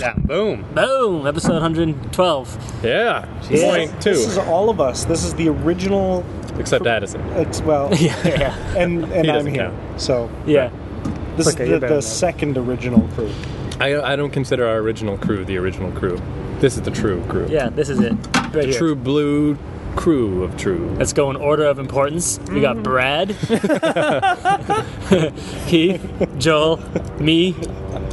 Yeah, boom. Boom! Episode 112. Yeah, point two. This is all of us. This is the original. Except Addison. It's, well, yeah, and and He I'm doesn't here. count. So yeah. this Okay, is you're the, better the now. second original crew. I, I don't consider our original crew the original crew. This is the true crew. Yeah, this is it. Right here. True blue crew of true. Let's go in order of importance. We got Brad, Keith, Joel, me,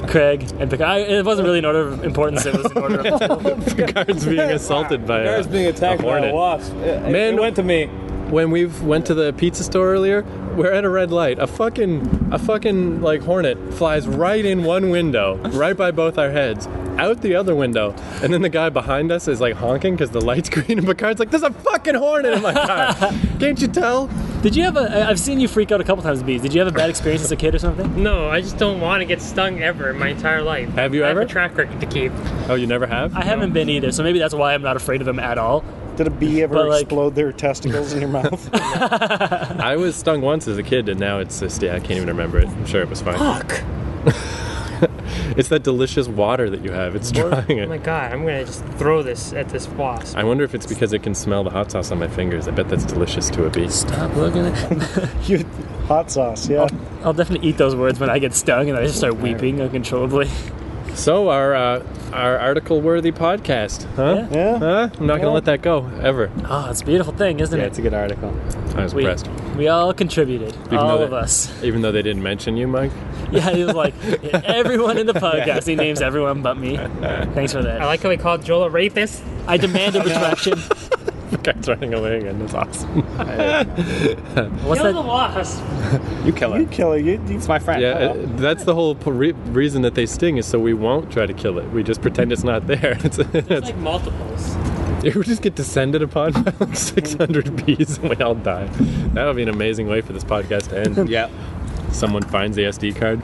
Craig, and Picard. I, it wasn't really an order of importance. It was an order of Picard's being assaulted by Guys a, being attacked a by hornet. a wasp. It, Man, Man- it went to me. when we went to the pizza store earlier, we're at a red light. A fucking a fucking like hornet flies right in one window, right by both our heads, out the other window, and then the guy behind us is like honking because the light's green, and Picard's like, "There's a fucking hornet in my car! Can't you tell?" Did you have a? I- I've seen you freak out a couple times, bees. Did you have a bad experience as a kid or something? No, I just don't want to get stung ever in my entire life. Have you I ever? Have a track record to keep. Oh, you never have. I haven't been either, so maybe that's why I'm not afraid of them at all. Did a bee ever But, like- explode their testicles in your mouth? I was stung once as a kid, and now it's just yeah, I can't even remember it. I'm sure it was fine. Fuck. it's that delicious water that you have. It's drying Oh my it. god, I'm gonna just throw this at this wasp. I wonder if it's because it can smell the hot sauce on my fingers. I bet that's delicious to a bee. Stop looking at. you, hot sauce, yeah. I'll definitely eat those words when I get stung, and I just start weeping uncontrollably. So our uh, our article worthy podcast, huh? Yeah. Huh? I'm not gonna Yeah. let that go ever. Oh, it's a beautiful thing, isn't Yeah, it? it's a good article. I was We, impressed, we all contributed, though all they- of us. even though they didn't mention you, Mike. Yeah, he was like, everyone in the podcast. He names everyone but me. Thanks for I that. like how we called Joel a rapist. I demand a retraction. The guy's running away again. That's awesome. What's Kill the that? wasp. You kill her. You killer, you, you It's my friend. Yeah, uh, that's the whole p- re- reason that they sting is so we won't try to kill it. We just pretend it's not there. It's, it's, Like multiples. we just get descended upon by like 600 bees and we all die. That would be an amazing way for this podcast to end. yeah. Someone finds the SD card.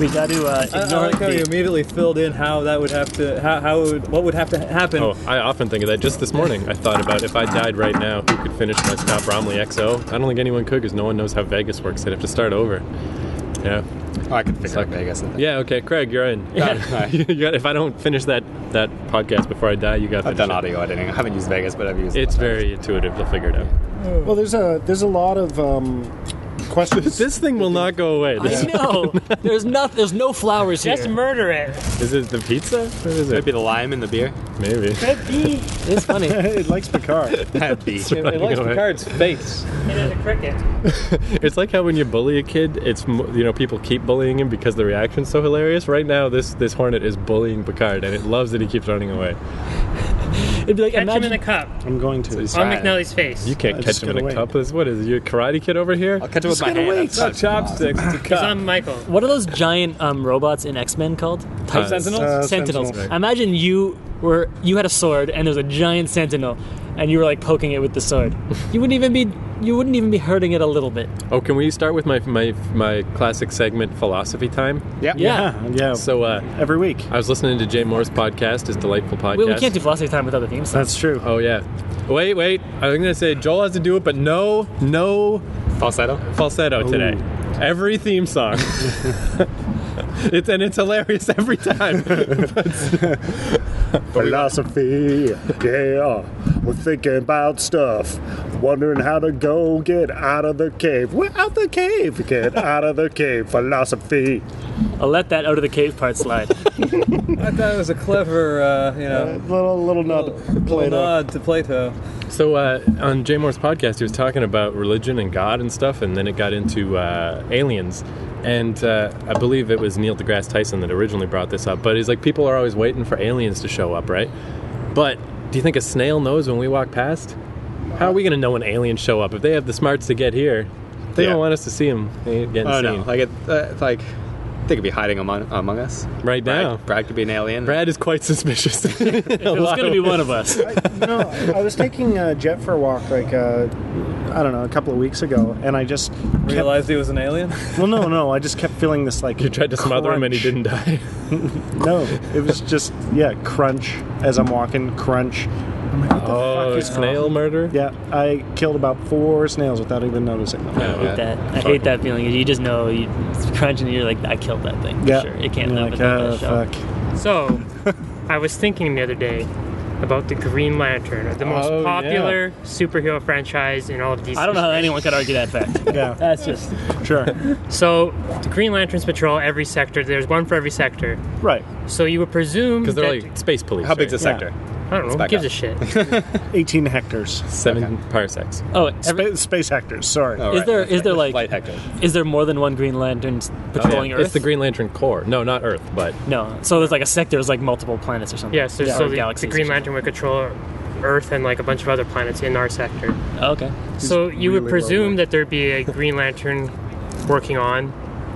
We got to uh, I, I ignore like how the- you immediately filled in how that would have to, how, how it would, what would have to happen. Oh, I often think of that. Just this morning, I thought about if I died right now, who could finish my Scott Bromley XO? I don't think anyone could because no one knows how Vegas works. They'd have to start over. Yeah. Oh, I could figure out Vegas. Yeah. Yeah. Okay, Craig, you're in. you got, if I don't finish that that podcast before I die, you got. I've finish done it. audio editing. I haven't used Vegas, but I've used. It's very intuitive. They'll figure it out. Well, there's a there's a lot of um, questions. This thing will not go away. I This, know. There's not. There's no flowers Just here. murder it. Is it the pizza? What is it? Maybe the lime in the beer. Maybe. That bee It's funny. it likes Picard. That bee. It likes Running away. Picard's face. and then a cricket. It's like how when you bully a kid, it's mo- you know people keep bullying him because the reaction's so hilarious. Right now, this this hornet is bullying Picard, and it loves that he keeps running away. It'd be like Catch him in imagine. a cup I'm going to. on McNally's face. You can't I catch Uh, just him in got a away. cup. This what is it? You a karate kid over here? I'll catch it with my hand. wait. It's not chopsticks. It's a He's cup. on Michael. What are those giant um, robots in X Men called? Type Sentinels? Uh, sentinels. Sentinels. Imagine you were you had a sword and there's a giant sentinel, and you were like poking it with the sword. You wouldn't even be you wouldn't even be hurting it a little bit. Oh, can we start with my my my classic segment, philosophy time? Yeah. Yeah, yeah. So uh, every week. I was listening to Jay Moore's podcast, his delightful podcast. We, we can't do philosophy time without the theme song. That's true. Oh yeah. Wait, wait. I was gonna say Joel has to do it, but no, no Falsetto. falsetto today. Every theme song. it's and it's hilarious every time. Philosophy, yeah. We're thinking about stuff, wondering how to go get out of the cave. We're out the cave, get out of the cave. Philosophy. I'll let that out of the cave part slide. I thought it was a clever, uh, you A know, little little nod to little Plato. nod to Plato. so uh, on Jay Moore's podcast, he was talking about religion and God and stuff, and then it got into uh, aliens. And uh, I believe it was Neil deGrasse Tyson that originally brought this up. But he's like, people are always waiting for aliens to show up, right? But do you think a snail knows when we walk past? How are we going to know when aliens show up if they have the smarts to get here? They Yeah. don't want us to see them getting Oh no! seen Like it, uh, it's like they could be hiding among among us. right Brad, now. Brad could be an alien. Brad is quite suspicious. It was going to be one of us. no, I was taking uh, Jet for a walk like uh, I don't know a couple of weeks ago, and I just kept, realized he was an alien. well, no, no, I just kept feeling this like You tried to smother him and he crunch. didn't die. No, it was just yeah, crunch as I'm walking, crunch. Oh, fuck is snail murder? Yeah, I killed about four snails without even noticing. Yeah, I hate that. I Fuck. hate that feeling. You just know you it's crunching and you're like, I killed that thing. for Yeah, Sure, it can't You're live like, without oh, that shell. fuck. So, I was thinking the other day about the Green Lantern, the most Oh, yeah. popular superhero franchise in all of DC. I don't know how anyone could argue that fact. Yeah. That's just Sure. So, the Green Lanterns patrol every sector. There's one for every sector. Right. So you would presume Because they're that, like space police. How big's right? the sector? I don't know. Who back gives up. a shit? 18 hectares. Seven parsecs. oh. Every, Spa- space hectors. Sorry. Oh, Is there- that's is there, like- light hector? is there more than one Green Lantern patrolling Earth? It's the Green Lantern Corps. No, not Earth, but No. So there's like a sect. There's like multiple planets or something. Yeah. So, Or so the, the galaxies or Green Lantern would control Earth and like a bunch of other planets in our sector. something. Oh, okay. So you would really presume lovely. that there'd be a Green Lantern working on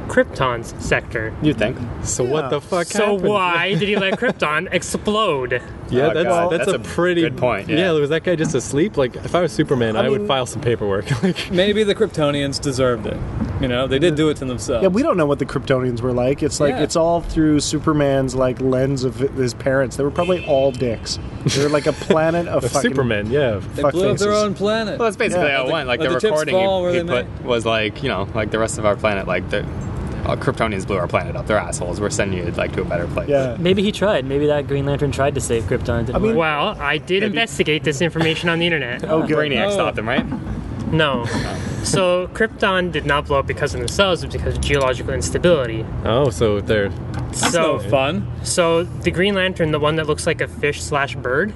Krypton's sector. You think? so what the fuck? So happened? why did he let Krypton explode? Yeah, Oh, that's, God, that's, that's a a pretty good point, yeah. was that guy just asleep? Like, if I was Superman, I, would mean- file some paperwork. like, Maybe the Kryptonians deserved it. You know, they did do it to themselves. Yeah, we don't know what the Kryptonians were like. It's like Yeah. it's all through Superman's like lens of his parents. They were probably all dicks. They were like a planet of fucking Superman, yeah. They fuck blew up their faces. own planet. Well, that's basically Yeah, how it let the- went. Like let the, the chips recording fall where he, he they put may. was like, you know, like the rest of our planet. Like the uh, Kryptonians blew our planet up. They're assholes. We're sending you like to a better place. Yeah. Maybe he tried. Maybe that Green Lantern tried to save Krypton. Didn't I mean- work. Well, I did investigate this information on the internet. Oh, good. Brainiac Oh. stopped them, right? No. So Krypton did not blow up because of themselves, but because of geological instability. Oh, so they're That's so no fun. So the Green Lantern, the one that looks like a fish slash bird,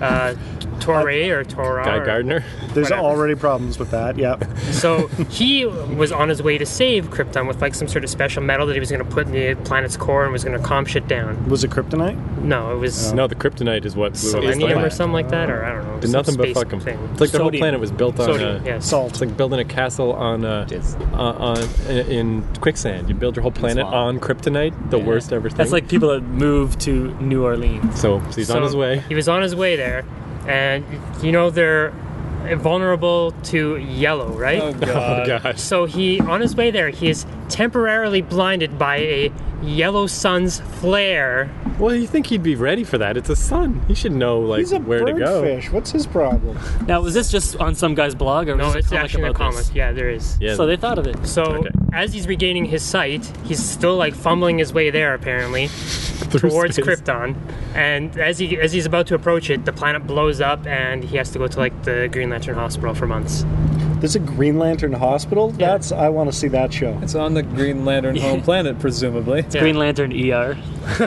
uh, Torre or Torah. Guy or- Gardner. There's whatever. already problems with that. Yeah. So he was on his way to save Krypton with like some sort of special metal that he was going to put in the planet's core and was going to calm shit down. Was it kryptonite? No, it was No, the kryptonite is what blew up the selenium or planet. something Oh. like that, or I don't know. Did some nothing but space fuck 'em. thing. It's like the whole Sodium. planet was built on uh, Sodium, a, yes. It's Salt. like building a castle on a, Jizz. uh, on in quicksand. You build your whole planet swamp. on kryptonite, the worst ever thing. That's like people that moved to New Orleans. so he's on So his way. He was on his way there, and you know they're vulnerable to yellow, right? Oh god. Gosh, So he, on his way there, he is temporarily blinded by a yellow sun's flare. well, you think he'd be ready for that? It's a sun. He should know like He's a where to go. fish. What's his problem? Now, was this just on some guy's blog or was No, this it's a comic actually in a about comic. this? Yeah, there is. Yeah. So they thought of it. So Okay. as he's regaining his sight, he's still like fumbling his way there apparently through towards space. Krypton. And as he as he's about to approach it, the planet blows up and he has to go to like the Green Lantern Hospital for months. There's a Green Lantern hospital. That's I want to see that show. It's on the Green Lantern home planet, presumably. Yeah. Green Lantern ER. I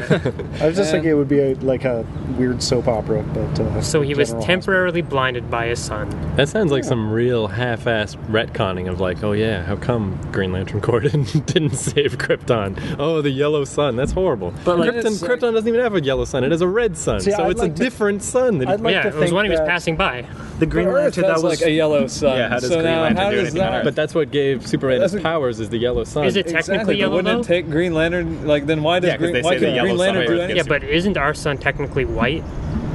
was just Yeah. thinking it would be a, like a weird soap opera, but uh, So he was General temporarily blinded by his son. That sounds like some real half-assed retconning of like, oh yeah, how come Green Lantern Corps didn't, didn't save Krypton? Oh, the yellow sun, that's horrible. But But, like- Krypton, Krypton doesn't even have a yellow sun; it has a red sun, See, so I'd it's like a to- different sun. That he- I'd like yeah, to it think was when he was that passing by. the Green Earth Lantern has that was like a yellow sun. Yeah, how does so Green now, Lantern how do does anything on that? Earth? but that's what gave Superman his That's a- powers is the yellow sun. Is it technically Exactly, but yellow wouldn't though? it take Green Lantern like then why does Yeah, 'cause Green they why say the could yellow Green sun Lantern do Earth anything? Yeah, Yes, but isn't our sun technically white?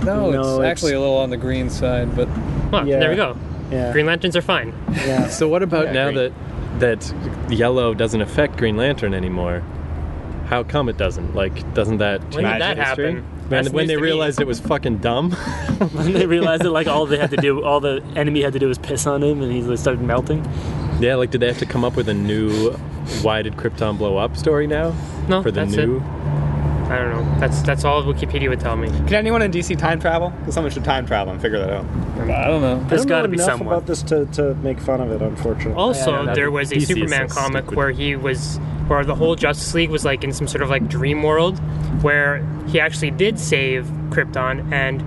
No, No, it's, it's- actually a little on the green side, but Well, Yeah. there we go. Yeah. Green Lanterns are fine. yeah. So what about Yeah, now green. that that yellow doesn't affect Green Lantern anymore? How come it doesn't? Like, doesn't that When change did that history? happen? When, That's when news they to me. realized it was fucking dumb. When they realized that like all they had to do, all the enemy had to do was piss on him, and he like, started melting. Yeah, like did they have to come up with a new why did Krypton blow up story now? No, for the Oh, that's new. it. I don't know. That's that's all Wikipedia would tell me. Can anyone in DC time travel? 'Cause someone should time travel and figure that out. I don't know. There's I don't got know to be enough someone. about this to, to make fun of it, unfortunately. Also, that'd there be- was a DC is Superman so comic stupid. where he was, where the whole Justice League was like in some sort of like dream world, where he actually did save Krypton, and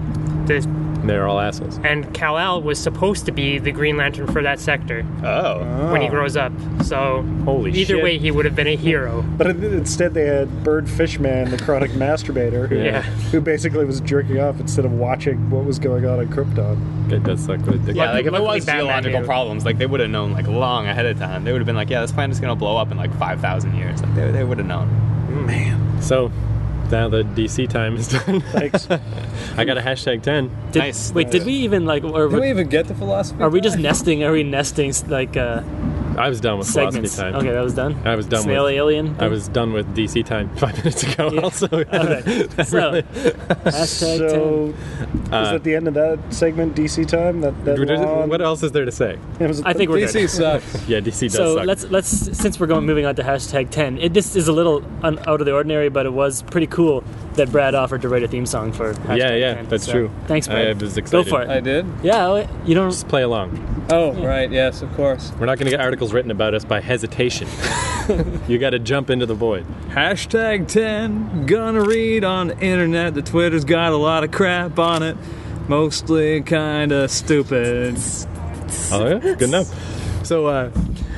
the They're all assholes. and Kal El was supposed to be the Green Lantern for that sector Oh, when he grows up. So Holy either shit. way, he would have been a hero. But in- instead, they had Bird Fishman, the chronic masturbator, who, Yeah. who basically was jerking off instead of watching what was going on in Krypton. It does suck with a dick. Yeah, yeah. Like if it luckily was Batman geological knew. problems, like they would have known like long ahead of time. They would have been like, yeah, this planet's gonna blow up in like five thousand years. Like they, they would have known. So now the DC time is done. Thanks. I got a hashtag ten. Did, Nice. Wait, did we even like? Or, Did we even get the philosophy? are we just back? nesting? Are we nesting like? uh I was done with segments. philosophy time. Okay, that was done. I was done Snail with- alien. I was done with DC time five minutes ago. Yeah. Also, Okay. so uh, hashtag So, is that the end of that segment? DC time. That, that long- Uh, what else is there to say? It was- I think we're good. sucks. Um, yeah, DC does so suck. let's let's since we're going moving on to hashtag ten. It, this is a little un, out of the ordinary, but it was pretty cool that Brad offered to write a theme song for. Hashtag yeah, yeah, 10. that's So, true. Thanks, Brad. I was excited. Go for it. I did. Yeah, oh, you don't. Just play along. Oh, right. Yes, of course. We're not going to get articles written about us by hesitation. you got to jump into the void. Hashtag 10, gonna read on the internet. The Twitter's got a lot of crap on it, mostly kinda stupid. Oh yeah, good enough. So, uh,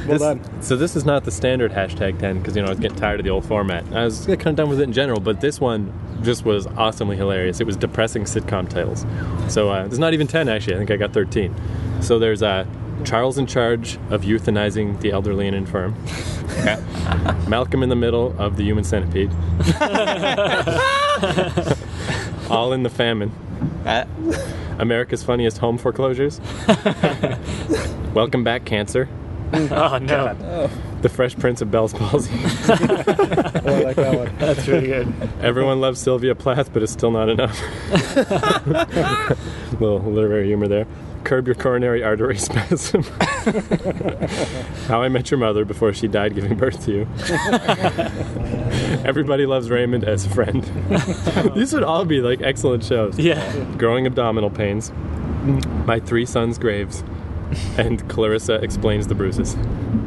this, done. so this is not the standard hashtag 10 because you know I was getting tired of the old format. I was kind of done with it in general, but this one just was awesomely hilarious. It was depressing sitcom titles. So uh, there's not even 10 actually. I think I got 13. So there's uh, Charles in charge of euthanizing the elderly and infirm. Malcolm in the middle of the human centipede. All in the famine. Uh, America's funniest home foreclosures. Welcome back, cancer. Oh no, The Fresh Prince of Bell's Palsy. Oh, I like that one. that's really good. Everyone loves Sylvia Plath, but it's still not enough. little literary humor there. Curb your coronary artery spasm. How I met your mother before she died giving birth to you. Everybody loves Raymond as a friend. These would all be like excellent shows. Yeah, Growing abdominal pains. My three sons' graves. And Clarissa explains the bruises.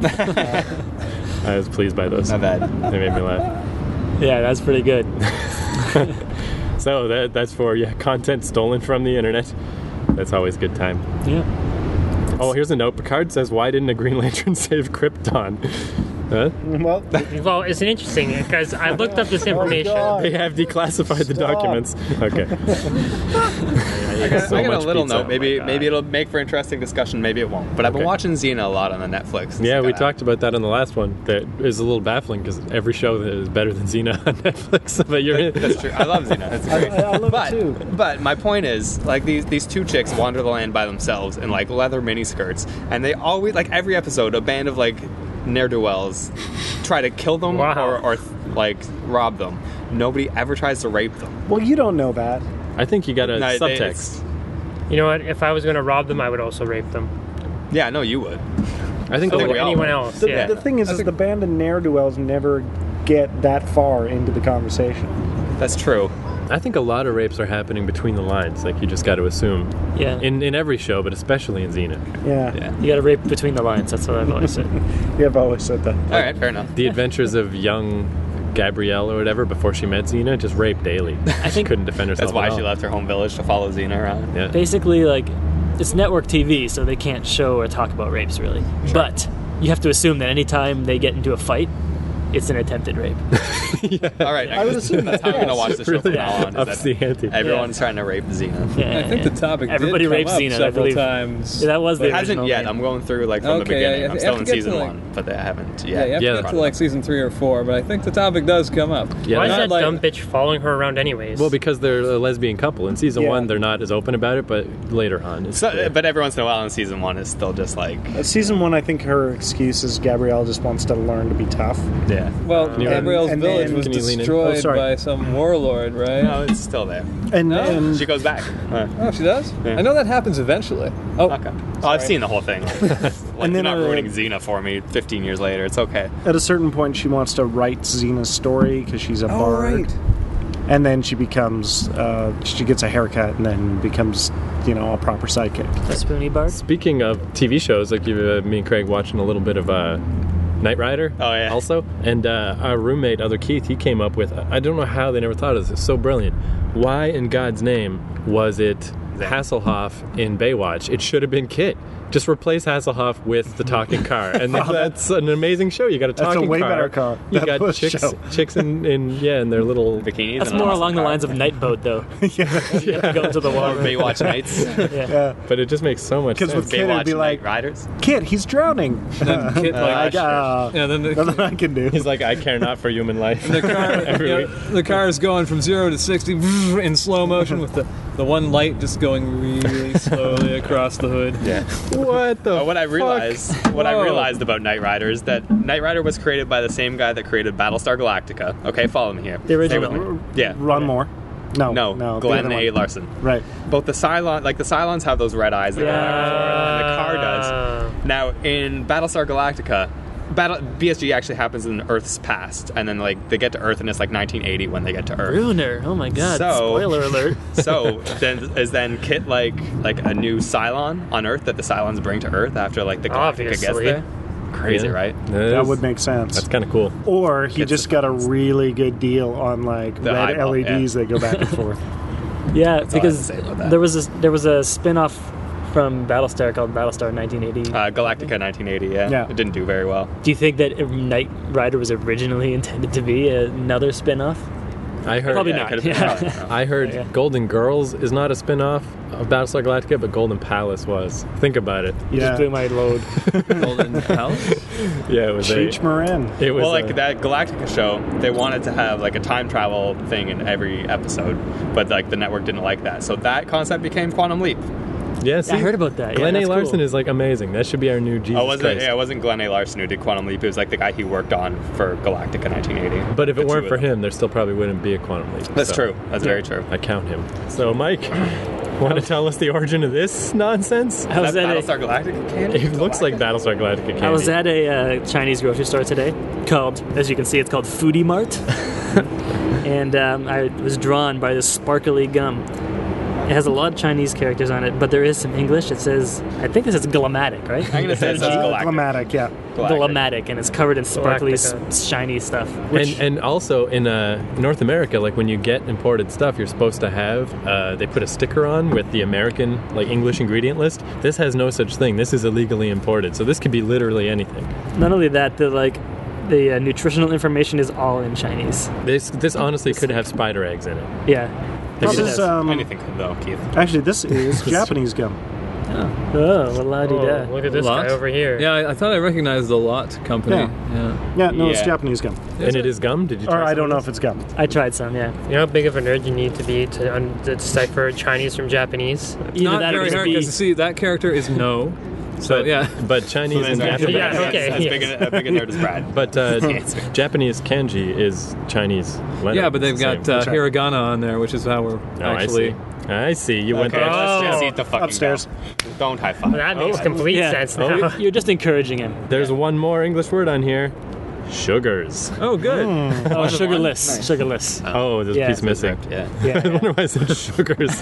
I was pleased by those. not bad. They made me laugh. yeah, that's pretty good. So that, that's for yeah, content stolen from the internet. That's always a good time. Yeah, Oh, here's a note. Picard says, "Why didn't a Green Lantern save Krypton?" Huh? Well, Well, it's an interesting because I looked up this information. God. They have declassified the Stop. documents. Okay. I got, I got a little note. Maybe maybe it'll make for interesting discussion. Maybe it won't. But I've been Okay. watching Xena a lot on the Netflix. Yeah, we Gotta- talked about that on the last one. That is a little baffling because every show that is better than Xena on Netflix. But you're That's true. I love Xena. It's great. I love it but, too. But my point is, like these these two chicks wander the land by themselves in like leather miniskirts, and they always like every episode a band of like ne'er do wells try to kill them Wow. or, or like rob them. Nobody ever tries to rape them. well, you don't know that. I think you got a No, they- subtext. You know what? If I was going to rob them, I would also rape them. Yeah, no, you would. I Oh, think So they would were all- Oh, anyone else? The, yeah. the thing is, is the band of ne'er do wells never get that far into the conversation. That's true. I think a lot of rapes are happening between the lines. Like you just got to assume yeah. in in every show, but especially in Xena. Yeah, Yeah. you got to rape between the lines. That's what I've always said. you've always said that. All right, fair enough. The Adventures of Young Gabrielle or whatever before she met Xena just raped daily. I think- couldn't defend herself. That's why at she all. left her home village to follow Xena around. Yeah. Basically, like it's network TV, so they can't show or talk about rapes really. But you have to assume that anytime they get into a fight, it's an attempted rape. All right, I would assume that's how I'm gonna watch the show from Really now on. ups is that the ante. Everyone's trying to rape Xena. Yeah, I think yeah. the topic Everybody did rapes come Xena, I up several believe. times. Yeah, that was the It hasn't original yet. name. I'm going through like from the Okay, yeah, beginning. yeah. I'm You still have in to get to, season like- one, but they haven't yeah, yet. you have Yeah, to get to like season three or four, but I think the topic does come up. Yeah, Why is Not that dumb bitch following her around anyways? Well, because they're a lesbian couple. In season Yeah. one, they're not as open about it, but later on, it's So, clear. but every once in a while in season one, it's still just like Uh, Season one, I think her excuse is Gabrielle just wants to learn to be tough. yeah. Well, you- Gabrielle's and village then- was Can you lean in? Oh, destroyed sorry. by some warlord, right? No, it's still there. And, and She goes back. Uh, Oh, she does. Yeah. I know that happens eventually. Oh, okay. Oh, I've seen the whole thing. like, And you're then, not uh, ruining Xena for me. 15 years later, it's okay. at a certain point, she wants to write Xena's story because she's a all bard. Oh, right. And then she becomes, uh, she gets a haircut and then becomes, you know, a proper psychic. A spoony bar. Speaking of TV shows, like you, uh, me and Craig watching a little bit of uh, Knight Rider. Oh, yeah. Also, and uh, our roommate, other Keith, he came up with I don't know how they never thought of this. It's so brilliant. Why in God's name was it Hasselhoff in Baywatch? It should have been Kit. Just replace Hasselhoff with the talking car, and then that's an amazing show. You got a a talking way car. better car. You That got was chicks, show. chicks in, in yeah, in their little Bikinis. That's and more an along the car. lines of Night Boat, though. You have to go into the Or water. Baywatch Nights. Uh, But it just makes so much 'Cause sense. with Kid, Baywatch it'd be like, Night Riders. Kid, he's drowning. then Kit, I like, got- Uh, yeah, then the, nothing I can do. He's like, I care not for human life. the car, Every you know, week. the car is going from zero to sixty in slow motion with the The one light just going really slowly across the hood. Yeah. What the? But what I fuck? realized, what I Whoa. realized about Knight Rider is that Knight Rider was created by the same guy that created Battlestar Galactica. Okay, follow me here. The original. Stay with me. Yeah. Ron Moore. No, No, no, the Glenn other A. one. Larson. Right. Both the Cylon, like the Cylons, have those red eyes. That yeah. The car Uh, does. Now in Battlestar Galactica, Battle BSG actually happens in Earth's past, and then like they get to Earth, and it's like 1980 when they get to Earth. Ruiner. Oh my god. So- Spoiler alert. so then is then Kit like like a new Cylon on Earth that the Cylons bring to Earth after like the Galactica gets Obviously. there? Crazy, Yeah. right? That is- would make sense. That's kind of cool. or he Gets just the- got a really good deal on like The red eyeball, yeah. LEDs that go back and forth. Yeah, all I have to because say about that. there was a, there was a spin-off from Battlestar called Battlestar 1980. Uh, Galactica 1980. Yeah. Yeah. it didn't do very well. Do you think that Knight Rider was originally intended to be another spin-off? I heard. Probably yeah, not. it could've been- Yeah. no, no. I heard Yeah. Golden Girls is not a spin-off of Battlestar Galactica, but Golden Palace was. Think about it. You yeah. just blew my load. Golden Palace. Yeah, it was a. Cheech Marin. It was well, like a- that Galactica show, they wanted to have like a time travel thing in every episode, but like the network didn't like that. So that concept became Quantum Leap. Yeah, see, I heard about that. Yeah, Glenn A. that's Larson cool. is like amazing. That should be our new Jesus Oh, wasn't Christ. it? Yeah, it wasn't Glenn A. Larson who did Quantum Leap. It was like the guy he worked on for Galactica 1980. But if The it two weren't of for them. him, there still probably wouldn't be a quantum leap. that's So, true. That's very true. I count him. So, Mike, want to tell us the origin of this nonsense? I was that at a- Battlestar Galactica candy? It looks like Battlestar Galactica. Candy. I was at a uh, Chinese grocery store today called, as you can see, it's called Foodie Mart. and um, I was drawn by this sparkly gum. It has a lot of Chinese characters on it, but there is some English. It says, I think this is glammatic, right? I'm gonna say it says Uh, Galactic. Climatic, yeah. Glammatic, and it's covered in sparkly, s- Galactica. shiny stuff. and, Which, and also in uh, North America, like when you get imported stuff, you're supposed to have uh, they put a sticker on with the American like English ingredient list. This has no such thing. This is illegally imported, so this could be literally anything. not only that, the like the uh, nutritional information is all in Chinese. This this honestly could have spider eggs in it. Yeah. This is um, Anything could though, Keith. actually this is Japanese gum. Oh, well, la di Oh, da. look at this Lot? guy over here. Yeah, I, I thought I recognized the Lot Company. Yeah. Yeah. Yeah, no, it's Yeah. Japanese gum. and it is gum. Did you? Or try I some? don't know if it's gum. I tried some, yeah. You know how big of a nerd you need to be to, un- to decipher Chinese from Japanese? Either Not that or very just hard be- because see that character is no. So But, yeah. but Chinese and Japanese. Yeah, That's- okay, That's yes. big a, as big a nerd as Brad. But uh, Japanese kanji is Chinese letter. Yeah, but they've It's the got same. uh, right. hiragana on there, which is how we're Oh, actually. I see. I see. You went Okay, there. let's just Oh. eat the fucking Upstairs. bell. Don't high Well, five. that makes complete Yeah. sense Oh. now. You're just encouraging him. There's one more English word on here. Sugars. Oh, good. Oh, sugarless. Sugarless. Oh, there's Yeah. a piece missing. Yeah. I wonder why I said sugars.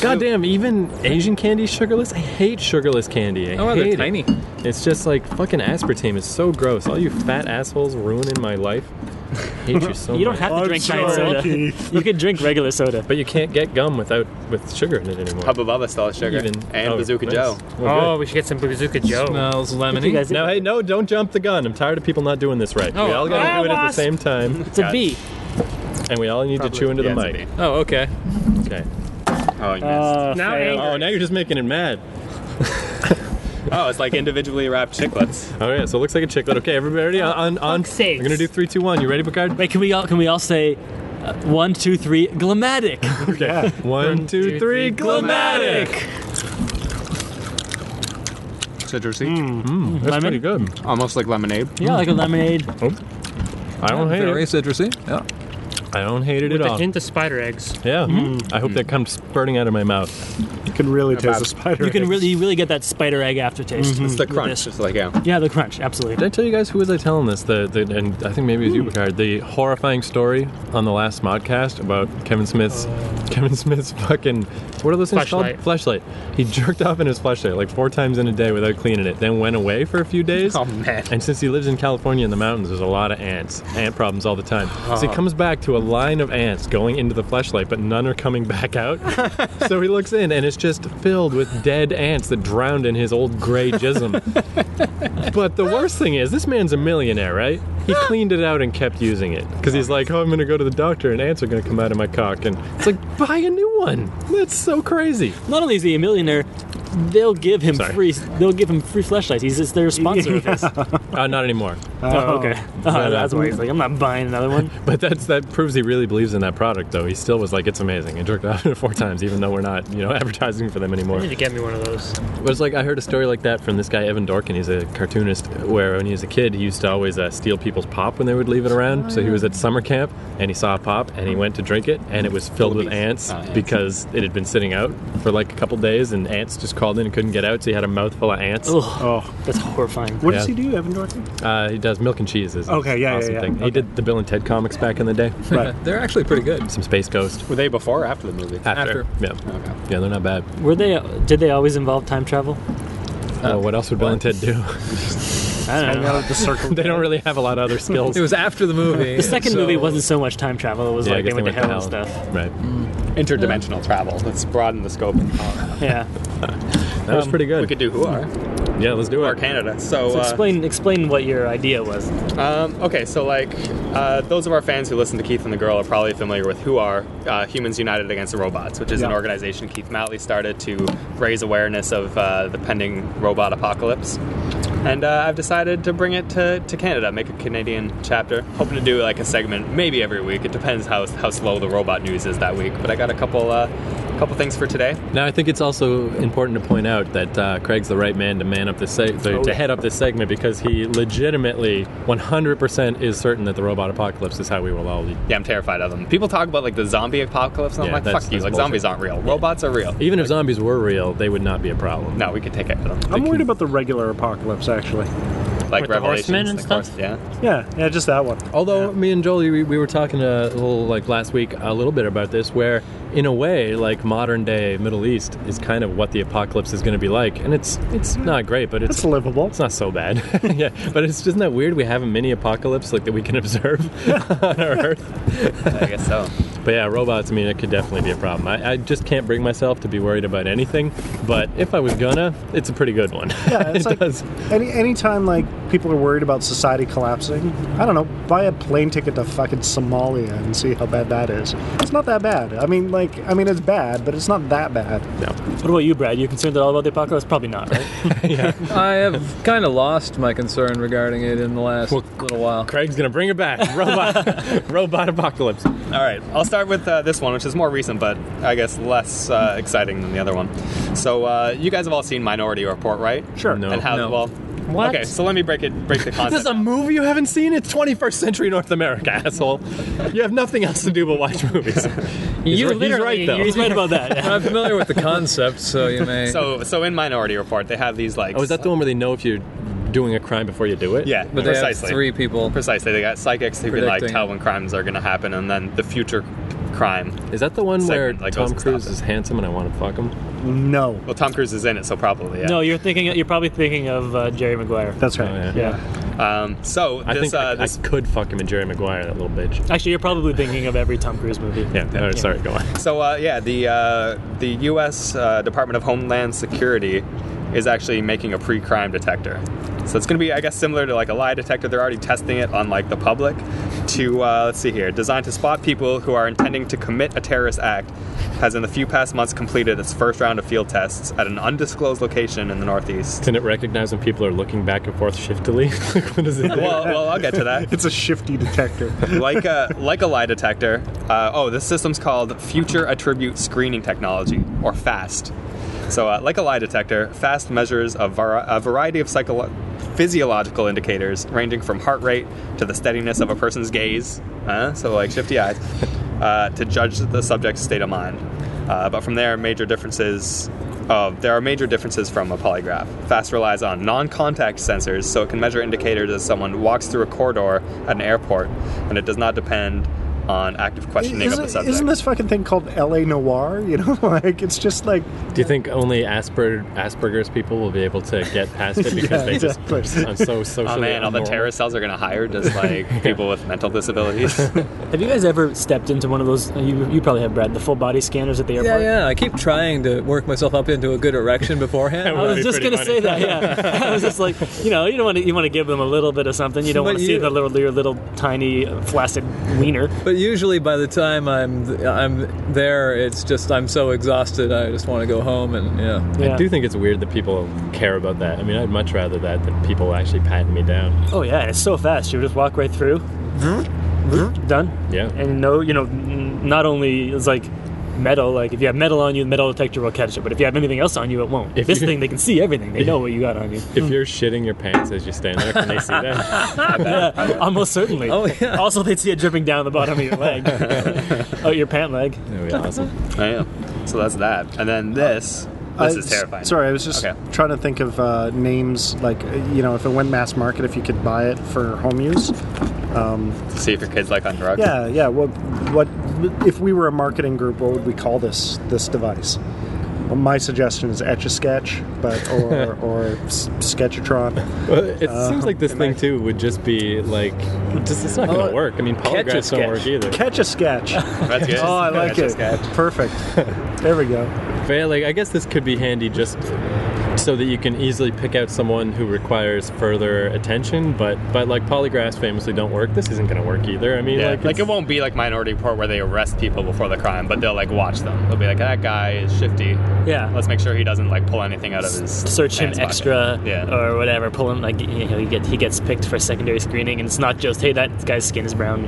Goddamn, even Asian candy sugarless? I hate sugarless candy. I Oh, wow, hate they're it. tiny. It's just like fucking aspartame is so gross. All you fat assholes ruining my life. I hate you so You don't much. have to drink Chinese soda. You can drink regular soda. but you can't get gum without with sugar in it anymore. Hubba Bubba still has sugar. Even- and oh, Bazooka nice. Joe. Well, Oh, good. we should get some Bazooka Joe. Smells lemony. You guys- Now, hey, no, don't jump the gun. I'm tired of people not doing this right. we all gotta ah, do it at the wasp. same time, it's a B. and we all need to chew into Yeah, the it's a mic. bee. oh, okay. Okay. Oh, you missed. Uh, Now Oh, now you're just making it mad. oh, it's like individually wrapped chiclets. All right, Oh, so it looks like a chicklet. Okay, everybody, on on. fuck's sakes. We're gonna do three, two, one. You ready, Picard? Wait, can we all can we all say uh, one, two, three, glammatic? Okay. One, two, two, three. three, Glammatic. Citrusy. That's Lemon? pretty good. Almost like lemonade. Yeah, like a lemonade. I don't hate Very it. citrusy. Yeah. I don't hate it at With a all. hint of spider eggs. Yeah. I hope that comes spurting out of my mouth. You can really taste bad. the spider. You can really you really get that spider egg aftertaste. It's the with crunch. this. It's like, yeah. Yeah, the crunch, Did absolutely. I tell you guys who was I telling this? The, the and I think maybe it was Hmm. you, Picard. The horrifying story on the last Smodcast about Kevin Smith's Kevin Smith's fucking what are those things called? Flashlight. He jerked off in his flashlight like four times in a day without cleaning it. Then went away for a few days. Oh, man. And since he lives in California in the mountains, there's a lot of ants, ant problems all the time. So he comes back to a line of ants going into the flashlight, but none are coming back out. so he looks in, and it's just filled with dead ants that drowned in his old gray jism. But the worst thing is, this man's a millionaire, right? He cleaned it out and kept using it because he's like, "Oh, I'm gonna go to the doctor, and ants are gonna come out of my cock." And it's like, buy a new one. That's so crazy. Not only is he a millionaire, they'll give him Sorry. free. They'll give him free flashlights. He's it's their sponsor of his. Uh, not anymore. Oh, okay. Oh, no. that's why he's like, I'm not buying another one. But that's that proves he really believes in that product, though. He still was like, "It's amazing." and jerked off four times, even though we're not, you know, advertising for them anymore. I need to get me one of those. But it's like I heard a story like that from this guy Evan Dorkin. He's a cartoonist. Where when he was a kid, he used to always uh, steal people's pop when they would leave it around. So he Oh, was at summer camp and he saw a pop and he went to drink it and it was filled with bees. ants Oh, ants. because it had been sitting out for like a couple days and ants just called in and couldn't get out. So he had a mouthful of ants. Ugh, Oh, that's horrifying. what does he Yeah. do, Evan Dorothy? Uh, he does milk and cheese. Is Okay, yeah, yeah, awesome yeah. thing. He Okay. did the Bill and Ted comics back in the day. Right. They're actually pretty good. Some Space Ghost. Were they before or after the movie? After. Yeah. Okay. Yeah, they're not bad. Were they? Did they always involve time travel? Uh, what else would Bill and Ted do? I don't know. the circle. they don't really have a lot of other skills. It was after the movie. The second movie wasn't so much time travel. It was Yeah, I like they guess went to hell and hell. Mm. stuff. Right. Interdimensional travel. Let's broaden the scope. Yeah. That was pretty good. We could do who are yeah, let's do or it. Canada. So, So uh, explain explain what your idea was. Um, okay, so like uh, those of our fans who listen to Keith and the Girl are probably familiar with Who Are uh, Humans United Against the Robots, which is an Yeah. organization Keith Malley started to raise awareness of uh, the pending robot apocalypse. And uh, I've decided to bring it to, to Canada, make a Canadian chapter. Hoping to do like a segment maybe every week. It depends how, how slow the robot news is that week. But I got a couple uh, couple things for today. Now, I think it's also important to point out that uh, Craig's the right man to man up this seg- to, to head up this segment because he legitimately 100% is certain that the robot apocalypse is how we will all lead. Yeah, I'm terrified of them. People talk about like the zombie apocalypse, and Yeah, I'm like, that's- fuck you. that's Like bullshit. zombies aren't real. Robots are real. Even if zombies were real, they would not be a problem. No, we could take it for them. I'm worried about the regular apocalypse, actually. like With the Revelations, horsemen and of stuff? course, yeah. Yeah, yeah, just that one. Although me and Jolie, we, we were talking a little like last week a little bit about this, where in a way, like modern day Middle East is kind of what the apocalypse is going to be like, and it's it's Mm-hmm. not great, but it's It's livable. It's not so bad. yeah, but it's isn't that weird? We have a mini apocalypse like that we can observe on our Earth. I guess so. But yeah, robots. I mean, it could definitely be a problem. I, I just can't bring myself to be worried about anything. But if I was gonna, it's a pretty good one. Yeah, it's it like does. any anytime like people are worried about society collapsing. I don't know, buy a plane ticket to fucking Somalia and see how bad that is. It's not that bad. I mean, like, I mean, it's bad, but it's not that bad. What about you, Brad? You concerned at all about the apocalypse? Probably not, right? I have kind of lost my concern regarding it in the last little while. Craig's gonna bring it back. Robot, robot apocalypse. All right, I'll start with uh, this one, which is more recent, but I guess less uh, exciting than the other one. So uh, you guys have all seen Minority Report, right? Sure. No. And how? No. Well, What? okay. So let me break it. Break the This is concept. a movie you haven't seen? It's 21st century North America, asshole. You have nothing else to do but watch movies. He's You right- he's literally- right, though. He's right about that. I'm familiar with the concept, so you may. so so in Minority Report, they have these like. Oh, is that the one where they know if you're doing a crime before you do it? Yeah, but they have precisely. three people. Precisely, they got psychics who can like Predicting. tell when crimes are going to happen, and then the future crime. Is that the one Segment, where like, Tom doesn't stop Cruise it. is handsome and I want to fuck him? No, Well, Tom Cruise is in it, so probably yeah. No, you're thinking. You're probably thinking of uh, Jerry Maguire. that's right. Oh, yeah. Yeah. Um, so I this think I- uh, this I could fuck him and Jerry Maguire, that little bitch. Actually, you're probably thinking of every Tom Cruise movie. Yeah, oh, sorry, go on. So uh, yeah, the uh, the U.S. Uh, Department of Homeland Security is actually making a pre-crime detector. So it's going to be, I guess, similar to like a lie detector. They're already testing it on like the public to uh, let's see here, designed to spot people who are intending to commit a terrorist act. Has in the few past months completed its first round of field tests at an undisclosed location in the Northeast. Can it recognize when people are looking back and forth shiftily? like, what is it? do? well, well, I'll get to that. It's a shifty detector. like a like a lie detector. Uh, oh, this system's called Future Attribute Screening Technology, or FAST. So, uh, like a lie detector, FAST measures a, var- a variety of psycholo- physiological indicators, ranging from heart rate to the steadiness of a person's gaze, uh, so like shifty eyes, uh, to judge the subject's state of mind. Uh, but from there, major differences. Uh, there are major differences from a polygraph. FAST relies on non-contact sensors, so it can measure indicators as someone walks through a corridor at an airport, and it does not depend on active questioning of the Isn't, subject. isn't this fucking thing called LA Noir? You know, like it's just like Do you think only Asper- Asperger's people will be able to get past it because Yeah, they just exactly. are so socially Oh man, all the abnormal? terrorist cells are gonna hire just like people with mental disabilities. Have you guys ever stepped into one of those? You, you probably have, Brad. The full body scanners at the Yeah, airport. yeah. I keep trying to work myself up into a good erection beforehand. I That'd was be just pretty gonna funny. say that. Yeah, I was just like, you know, you don't want to, you want to give them a little bit of something. You don't But want to see you- the little your little tiny uh, flaccid wiener. But But usually by the time I'm I'm there, it's just I'm so exhausted. I just want to go home and yeah. I Yeah. do think it's weird that people care about that. I mean, I'd much rather that than people actually patting me down. Oh yeah, and it's so fast. You just walk right through. Done. Mm-hmm. Yeah. And no, you know, n- not only is like metal. Like if you have metal on you, the metal detector will catch it. But if you have anything else on you, it won't. If this you- thing, they can see everything. They know what you got on you. If you're shitting your pants as you stand there, can they see that? yeah, almost certainly. Oh, yeah. Also, they'd see it dripping down the bottom of your leg. oh, your pant leg. That would be awesome. I am. So that's that. And then this. This Uh, I- is terrifying. Sorry, I was just Okay. trying to think of uh, names like uh, you know if it went mass market, if you could buy it for home use. See if your kid's like on drugs. Yeah, yeah. What what if we were a marketing group? What would we call this this device? Well, my suggestion is Etch a Sketch, but or or S- Sketchatron. Well, it seems like this thing too would just be like, just it's not going Oh, to work. I mean, catch a polygraphs don't work sketch. either. Catch a Sketch. That's good. Oh, I like That's it. just good. Perfect. There we go. But, like, I guess this could be handy just so that you can easily pick out someone who requires further attention. But but like polygraphs famously don't work. This isn't going to work either. I mean, Yeah, like, like, it it's- won't be like Minority Report where they arrest people before the crime, but they'll like watch them. They'll be like, that guy is shifty. Yeah. Let's make sure he doesn't like pull anything out of his. Search him pants pocket." extra Yeah. or whatever. Pull him like you know, he gets he gets picked for secondary screening, and it's not just hey that guy's skin is brown.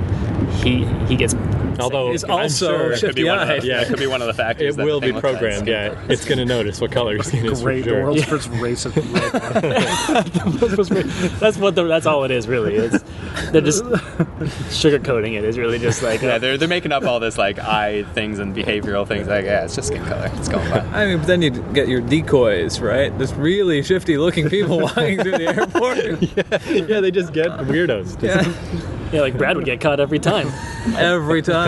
He he gets although It's I'm also sure That could be Shifty one of eyes. the, yeah, Yeah. it could be one of the factors. it that will the be thing looks like. programmed. Yeah, it's going to notice what color your skin is Great. for sure. The world's first racist. red one. that's what the, that's all it is really. It's they're just sugarcoating it. It's really just like Yeah, they're, they're making up all this like eye things and behavioral things. Like, yeah, it's just skin color. It's going fine. I mean, but then you get your decoys, right? Just really shifty-looking people walking through the airport yeah, they just get weirdos. yeah, like Brad would get caught every time. every time.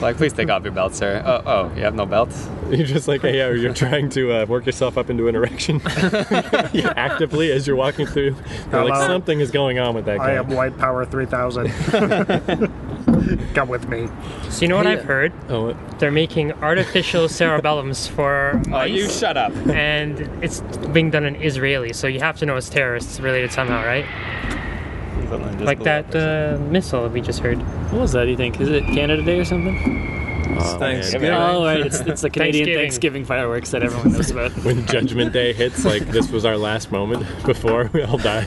Like, please take off your belt, sir. Oh, oh, you have no belt. You're just like, hey, yeah, you're trying to uh, work yourself up into an erection actively as you're walking through. You're like, Hello? something is going on with that I guy. am White Power 3000. Come with me. So you know what Hey, I've heard? Oh, what- They're making artificial cerebellums for Oh, mice. you shut up. and it's being done in Israeli, so you have to know it's terrorists related somehow, right? Like that uh, missile we just heard. What was that? You think is it Canada Day or something? oh, man. Thanksgiving. Oh right, it's, it's the Canadian Thanksgiving Thanksgiving. fireworks that everyone knows about. When Judgment Day hits, like this was our last moment before we all die.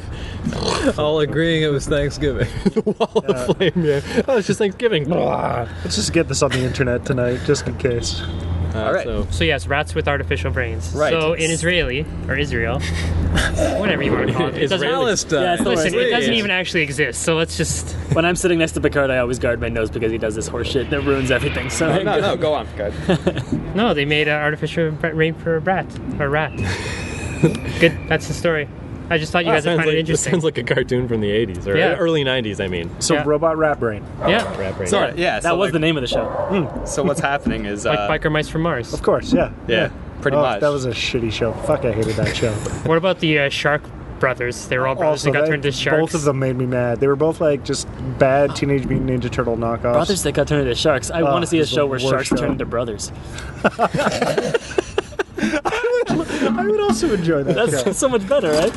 All agreeing it was Thanksgiving. Wall of flame. Yeah. Oh, it's just Thanksgiving. Blah. Let's just get this on the internet tonight, just in case. all right. So, So yes, rats with artificial brains. Right. So in Israeli or Israel, whatever you want to call it, it doesn't, Israeli. Palestine. Yeah, it's the listen, it Israeli. doesn't even actually exist. So let's just When I'm sitting next to Picard, I always guard my nose because he does this horseshit that ruins everything. So No, no, no, go on. Good. no. They made an artificial bra- brain for a rat or rat. Good. That's the story. I just thought you Ah, guys would sounds find like, it this interesting. sounds like a cartoon from the 80s or Yeah. early 90s, I mean. So, Yeah. robot rat brain. yeah, Rap right Sorry. Yeah. that so, was like, the name of the show. So what's happening is uh, like biker mice from Mars. Of course, yeah. Yeah, pretty Oh, much. That was a shitty show. Fuck, I hated that show. What about the uh, shark brothers? They were all brothers that got they- turned into sharks. both of them made me mad. They were both like just bad Teenage Mutant Ninja Turtle knockoffs. Brothers that got turned into sharks. I Oh, want to see a it's the show where worst sharks show. turn into brothers. I would also enjoy that That's show. so much better, right?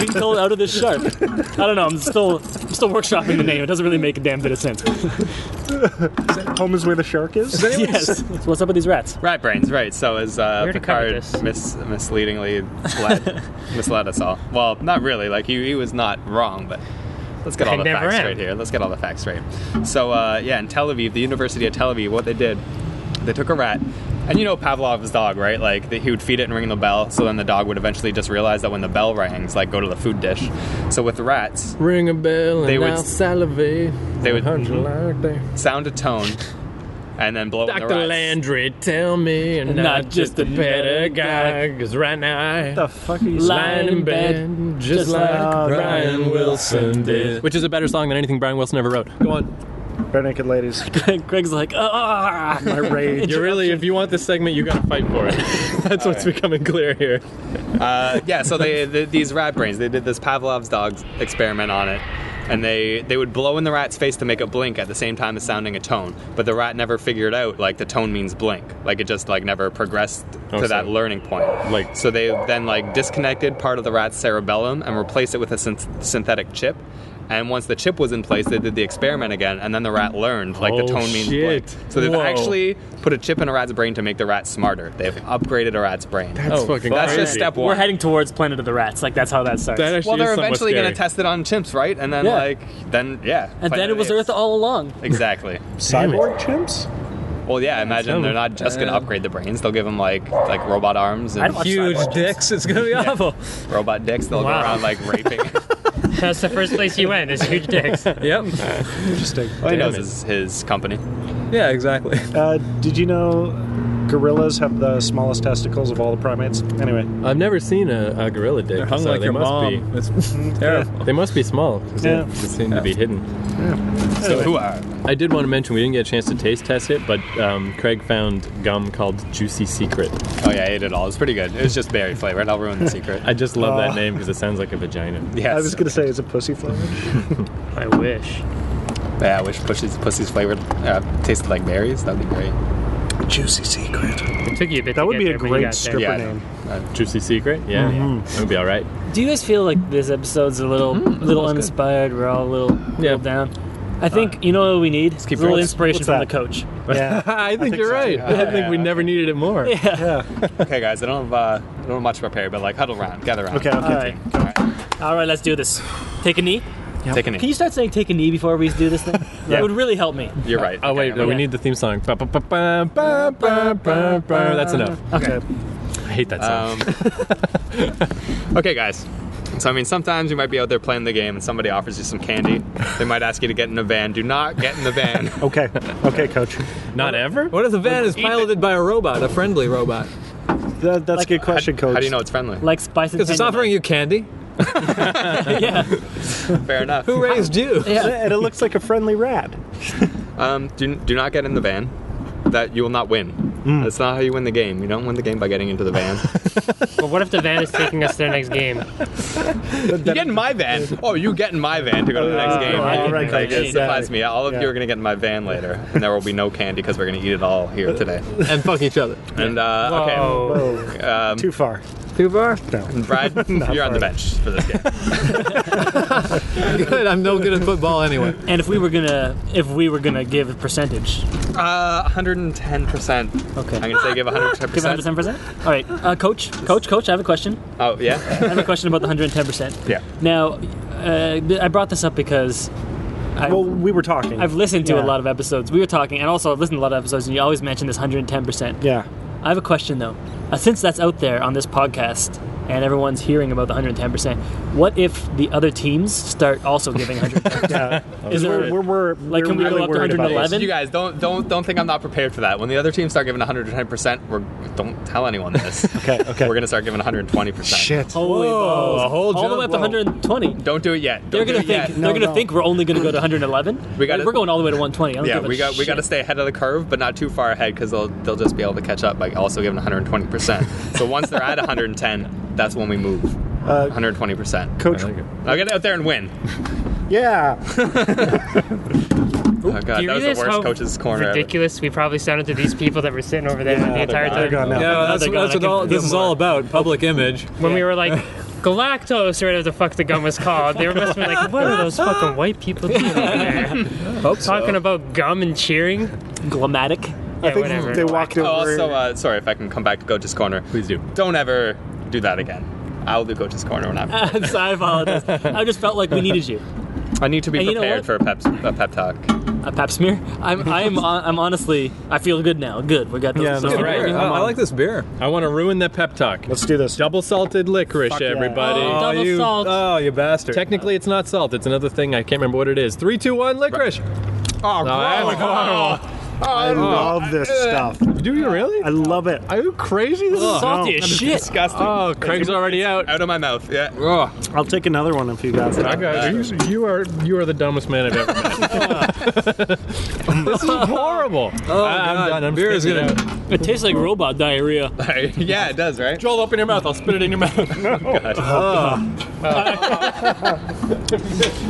We can call it Out of This Shark. I don't know. I'm still I'm still workshopping the name. It doesn't really make a damn bit of sense. Home is where the shark is. yes. So what's up with these rats? Rat brains, right? So is uh, We're gonna cover Picard this. mis- misleadingly led, misled us all? Well, not really. Like he, he was not wrong, but let's get all I the never facts am. straight here. Let's get all the facts straight. So uh, yeah, in Tel Aviv, the University of Tel Aviv, what they did, they took a rat, and you know Pavlov's dog, right? Like that he would feed it and ring the bell, so then the dog would eventually just realize that when the bell rings, like go to the food dish. So with rats, Ring a bell and They would- I'll salivate. they would- Hundred like that. sound a tone, and then blow in the Dr. rats. Landry, tell me you're not, just a better guy, because right now the fuck are you La- saying? I lying in bed just like like Brian Wilson did. Which is a better song than anything Brian Wilson ever wrote. Go on. Bare naked ladies. Greg's like, ah. My rage. You're really, if you want this segment, you gotta fight for it. That's what's becoming clear here. uh, yeah, so they, th these rat brains, they did this Pavlov's dog experiment on it. And they, they would blow in the rat's face to make it blink at the same time as sounding a tone. But the rat never figured out like the tone means blink. Like it just like never progressed Oh, to that so- learning point. like- so they then like disconnected part of the rat's cerebellum and replaced it with a synth- synthetic chip. And once the chip was in place, they did the experiment again, and then the rat learned like Oh, the tone means blank. shit. So they've Whoa. actually put a chip in a rat's brain to make the rat smarter. They've upgraded a rat's brain. That's fucking That's crazy. just step one. We're heading towards Planet of the Rats. Like that's how that starts. That actually well, is they're somewhat eventually going scary. to test it on chimps, right? And then Yeah. like then yeah. and then it was Earth all along. Exactly. Damn it. Cyborg chimps? Well, yeah. Imagine they're not just going to upgrade the brains; they'll give them like like robot arms and I'd watch Huge Cyborg. dicks. It's gonna be awful. robot dicks. They'll Wow. go around like raping. That's the first place you went. Is huge dicks. Yep. Interesting. he Damn knows it. his, his company. Yeah, exactly. Uh, did you know gorillas have the smallest testicles of all the primates? Anyway, I've never seen a, a gorilla dick. They're hung so like they your must mom. It's terrible. Be, they must be small. 'cause Yeah. They seem to be hidden. So uh, who are? I did want to mention we didn't get a chance to taste test it, but um, Craig found gum called Juicy Secret. Oh yeah, I ate it all. It was pretty good. It was just berry flavored. I'll ruin the secret. I just love Aw. that name because it sounds like a vagina. yes. I was going to say it's a pussy flavor. I wish. Yeah, I wish pussy's, pussy's flavored uh, tasted like berries. That'd be great. Juicy secret. It took you a bit. That to would get be a there, but you great got there. stripper Yeah. I name. know. Uh, Juicy Secret? Yeah. That would be all right. Do you guys feel like this episode's a little little uninspired? We're all a little, little down. I think you know what we need. a keep little going. inspiration What's from the that? coach. Yeah. I think you're right. I think we never needed it more. okay, guys, I don't have uh, I don't have much prepared, but like huddle round, gather round. Okay, okay. All right, All right. all right. Let's do this. Take a knee. Take a knee. Can you start saying "take a knee" before we do this thing? That would really help me. You're right. Oh, wait. Okay, no, We okay. need the theme song. Ba- ba- ba- ba- ba- ba- ba- ba. That's enough. Okay. I hate that song. Um, okay, guys. So I mean, sometimes you might be out there playing the game, and somebody offers you some candy. They might ask you to get in a van. Do not get in the van. Okay. Okay, coach. Not ever? What if the van is piloted by a robot, a friendly robot? That, that's a good question, coach. How do you know it's friendly? Like spice and Because it's offering you candy. yeah. Fair enough. Who raised you? And it looks like a friendly rat. Um, do, do not get in the van. That you will not win. Hmm. That's not how you win the game. You don't win the game by getting into the van. But what if the van is taking us to the next game? you get in my van. Oh, you get in my van to go to the Uh, next game. right, Like, right, it right. supplies me. All of Yeah. you are gonna get in my van later, and there will be no candy because we're gonna eat it all here today. and fuck each other. And uh, okay. Oh, Oh, Um, too far. Too far? and Brad, you're on far. the bench for this game. Good. I'm no good at football anyway. And if we were gonna, if we were gonna give a percentage, Uh, 110%. Okay. I'm going to say give 110%. give 110 percent. All right, uh, coach, coach, coach. I have a question. Oh, yeah? I have a question about the 110 percent. Yeah. Now, uh, I brought this up because I, Well, we were talking. I've listened to a Yeah. lot of episodes. We were talking, and also I've listened to a lot of episodes, and you always mention this 110%. Yeah. I have a question, though. Uh, since that's out there on this podcast, and everyone's hearing about the 110%, what if the other teams start also giving 110%? Yeah. Is we're, there, we're, we're, Like, we're can we go really up to worried about this. 111? You guys, don't, don't don't think I'm not prepared for that. When the other teams start giving 110%, we're, don't tell anyone this. Okay, okay. We're going to start giving 120%. Shit. holy balls. a whole all the way up to jump. 120? Don't do it yet. Don't They're do gonna it think yet. they're gonna no. think we're only gonna go to 111. We gotta- like, we're going all the way to 120. I don't Yeah, give a we got we shit. got to stay ahead of the curve, but not too far ahead because they'll they'll just be able to catch up by also giving 120. percent So once they're at 110, that's when we move. 120. percent Coach. Now get out there and win. Yeah. Oh god, that do you was the realize how worst coach's corner. ever. ridiculous we probably sounded to these people that were sitting over there the entire gone. time? They're Gone now. Yeah, Another that's, that's guy what that all, can this do is more. all about public image. When we were like. Galactose, or whatever the fuck the gum was called. They were must have been like, what are those fucking white people doing over there? Talking about gum and cheering? Glamatic. Yeah, I think whatever. they walked Oh, over. also, uh, sorry if I can come back to Coach's Corner. Please do. Don't ever do that again. I'll do Coach's Corner when I'm. So I apologize. I just felt like we needed you. I need to be And you know prepared what? for a pep, a pep talk. a pap smear. Uh, I'm I'm on, I'm honestly I feel good now. Good, we got those. Yeah, results. no, Beer. right. I- uh, I like this beer. I want to ruin that pep talk. Let's do this. Double salted licorice, yeah. everybody. Oh. Double you, salt. Oh, you bastard. Technically, it's not salt. It's another thing. I can't remember what it is. Three, two, one, licorice. Oh, I- I love this stuff. Do you really? I love it. Are you crazy? This is salt. salty no. as shit. Disgusting. Oh, Craig's already out. Out of my mouth. Yeah. I'll take another one if you got I that. got you. You are you are the dumbest man I've ever met. this is horrible. Oh, I- God. I'm done. I'm beer is spitting gonna. it out. It tastes like robot diarrhea. yeah, it does, right? Joel, Oh. open your mouth. I'll spit it in your mouth.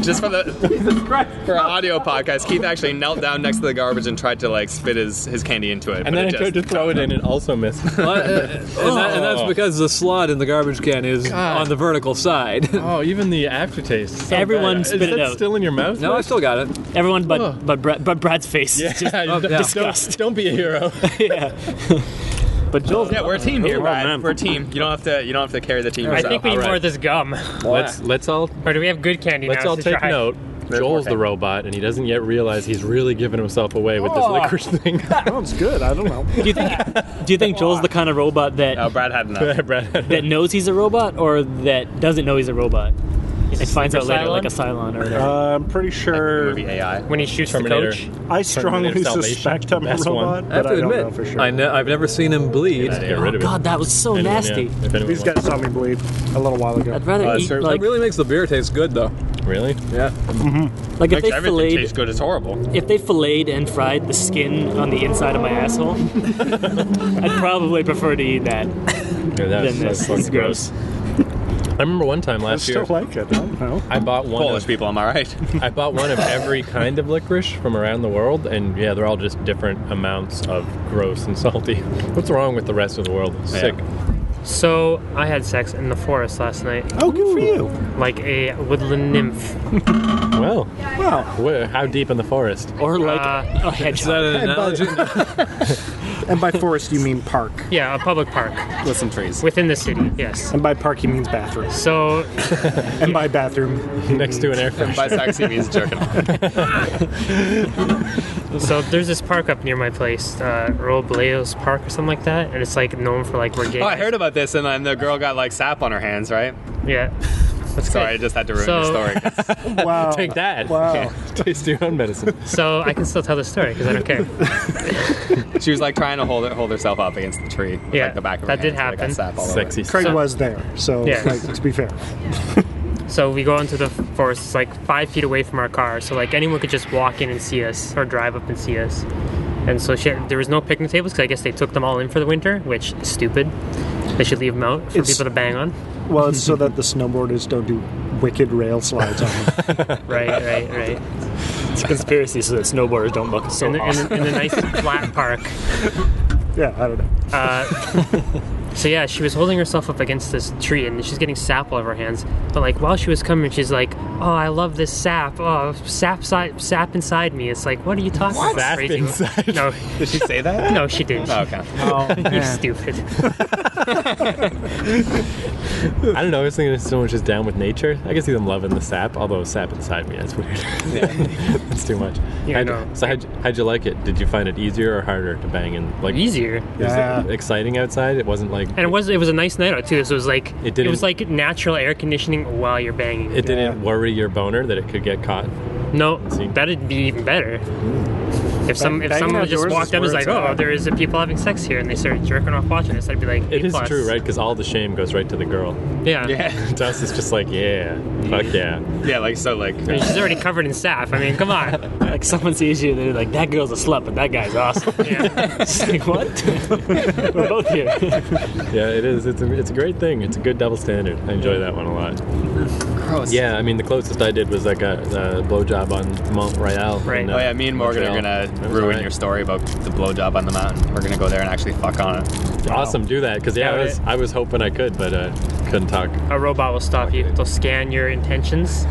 Just for the for our audio podcast, Keith actually knelt down next to the garbage and tried to like spit his, his candy into it. And then I tried to throw it in and also missed. Well, uh, and, that, and that's because the slot in the garbage can is on the vertical side. oh, even the aftertaste. is so Everyone bad. spit Is it that out. still in your mouth? no, I still got it. Everyone but Ugh. but Brad, but Brad's face. Yeah, Just- don't, disgust. Don't, don't be a hero. Oh, yeah. but Joel's Yeah, we're a team here, Oh, Well Brad. done. We're a team. You don't have to. You don't have to carry the team. I yourself. think we need All more right. of this gum. Let's let's all Or do we have good candy let's now? all to take try? note. Joel's the okay. robot, and he doesn't yet realize he's really giving himself away with Oh. this licorice thing. Sounds good. I don't know. Do you think do you think Joel's the kind of robot that Oh, Brad had enough. Brad, that knows he's a robot or that doesn't know he's a robot? and finds out later, Cylon? like a Cylon or whatever. Uh, I'm pretty The sure. movie AI. When he shoots Terminator. the coach. I strongly Terminator Salvation, suspect I'm a best one. robot, I have but to I don't admit, know for sure. I ne- I've never seen him bleed. get rid of it. Oh, God, that was so Anyone, yeah, nasty. if anyone These guys wants- saw me bleed a little while ago. I'd rather Uh, eat seriously? like it really makes the beer taste good, though. really? Yeah. like if Makes they everything filleted taste good. It's horrible. if they filleted and fried the skin on the inside of my asshole. I'd probably prefer to eat that Yeah, that's, than that's this. fucking It's gross. I remember one time I last year, still like it. I don't know. I bought one. Polish of- people, am I right? I bought one of every kind of licorice from around the world, and yeah, they're all just different amounts of gross and salty. What's wrong with the rest of the world? It's Yeah. Sick. So I had sex in the forest last night, Oh, good for you. like a woodland nymph. Well, Wow. wh- how deep in the forest? Or like Uh, a Is hedgehog. that an analogy? And by forest, you mean park. Yeah, a public park With some trees. within the city. Yes. And by park, you means bathroom. So And by bathroom, Next to an air freshener. By sexy means jerking off. So there's this park up near my place, uh, Robleos Park or something like that, and it's like known for like where gays. Oh, I heard about this, and then the girl got like sap on her hands, right? Yeah. That's Sorry, I good. just had to ruin So- the story. wow. Take that. Wow. Taste your own medicine. So I can still tell the story because I don't care. She was like trying to hold it, hold herself up against the tree. With, Yeah, like, the back of her that did hands, and happen. it got sap all over it. Sexy. Craig So- was there, so Yeah. like, let's be fair. So we go into the forest. It's like five feet away from our car, so like anyone could just walk in and see us or drive up and see us. And so she, there was no picnic tables because I guess they took them all in for the winter, which is stupid. They should leave them out for It's- people to bang on. Well, it's so that the snowboarders don't do wicked rail slides on them. Right, right, right. It's a conspiracy so that snowboarders don't look so In, the, in, awesome. the, in the nice flat park. Yeah, I don't know. Uh, So yeah, she was holding herself up against this tree, and she's getting sap all over her hands. But like while she was coming, she's like, "Oh, I love this sap. Oh, sap, si- sap inside me." It's like, what are you talking about? Sap crazy?" inside? No, Did she say that? no, she didn't. Oh, okay. you stupid. I don't know. I was thinking if someone's just down with nature. I can see them loving the sap, although sap inside me, that's weird. that's too much. Yeah, How'd- no. So, how'd, how'd you like it? Did you find it easier or harder to bang in? Like, Easier. Was Yeah. it exciting outside? It wasn't like. And it was it was a nice night out too. So it was like It it, didn't- was like natural air conditioning while you're banging. It didn't worry your boner that it could get caught. no, See? that'd be even better. If some if banging someone just outdoors walked is up and was where like, it's "Oh, at. there is people having sex here," and they started jerking off watching us, I'd be like, It "A is plus." true, right? Because all the shame goes right to the girl. Yeah. Yeah, To us, it's just like, yeah, fuck yeah. yeah, like so, like I mean, she's already covered in sap. I mean, come on. Like someone sees you, they're like, "That girl's a slut, but that guy's awesome." Yeah. It's like what? We're both here. Yeah, it is. It's a, it's a great thing. It's a good double standard. I enjoy that one a lot. gross. Yeah, I mean, the closest I did was like a, a blowjob on Mont Royal. Right. in, uh, Oh yeah, me and Morgan are Montreal. That gonna was ruin alright. your story about the blowjob on the mountain. We're gonna go there and actually fuck on it. Awesome, do that because yeah, I Yeah, was I was hoping I could, but uh, couldn't talk. A robot will stop you. They'll scan your intentions,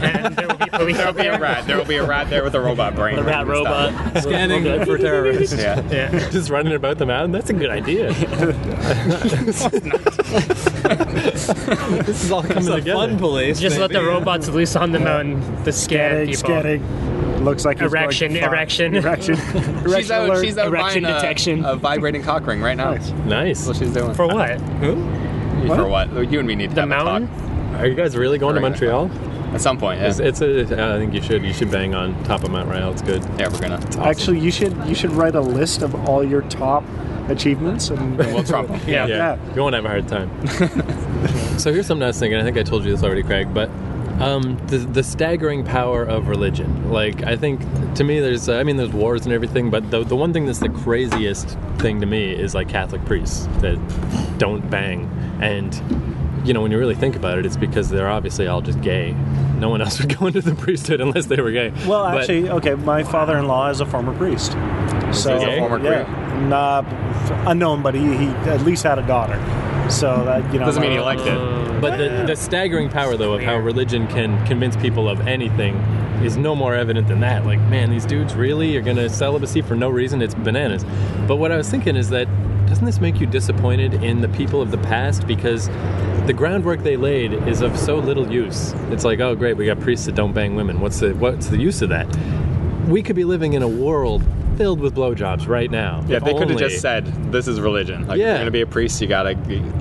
and there will be police There'll out be a there. rat. There will be a rat there with a robot brain. The rat ready to stop robot. Scanning for terrorists. it. Yeah. Yeah. Just running about the mountain. That's a good idea. this is all coming The together. fun police. Just let the maybe. robots loose on the mountain to scan Getting, people. getting. Looks like he's Erection, going, fuck. erection. erection, erection. She's out. alert. She's out Erection buying a- detection. A, vibrating cock ring right now. Nice. Nice. That's what she's doing. For what? For what? You and me need to The have a talk. mountain? Are you guys really going to Very good. Montreal? at some point. Yeah, It's, it's a. I think you should. You should bang on top of Mount Royal. It's good. yeah we're gonna. Actually, you should you should write a list of all your top achievements and We'll trump 'em. Yeah. Yeah, Yeah. you won't have a hard time. so here's something I was thinking. I think I told you this already, Craig, but um, the the staggering power of religion. Like I think to me, there's I mean, there's wars and everything, but the the one thing that's the craziest thing to me is like Catholic priests that don't bang and. You know, when you really think about it, it's because they're obviously all just gay. No one else would go into the priesthood unless they were gay. Well, But- actually, okay. My father-in-law is a former priest. So he's a former Cree? Nah, unknown, but he, he at least had a daughter. So that you know Doesn't mean he liked Uh, it. But the, the staggering power, though, of how religion can convince people of anything is no more evident than that. Like, man, these dudes really are going to celibacy for no reason. It's bananas. But what I was thinking is that doesn't this make you disappointed in the people of the past because the groundwork they laid is of so little use? It's like, oh, great, we got priests that don't bang women. What's the what's the use of that? We could be living in a world filled with blowjobs right now. Yeah, if they could have only- just said, "This is religion. Like, if Yeah. you're gonna be a priest. You gotta,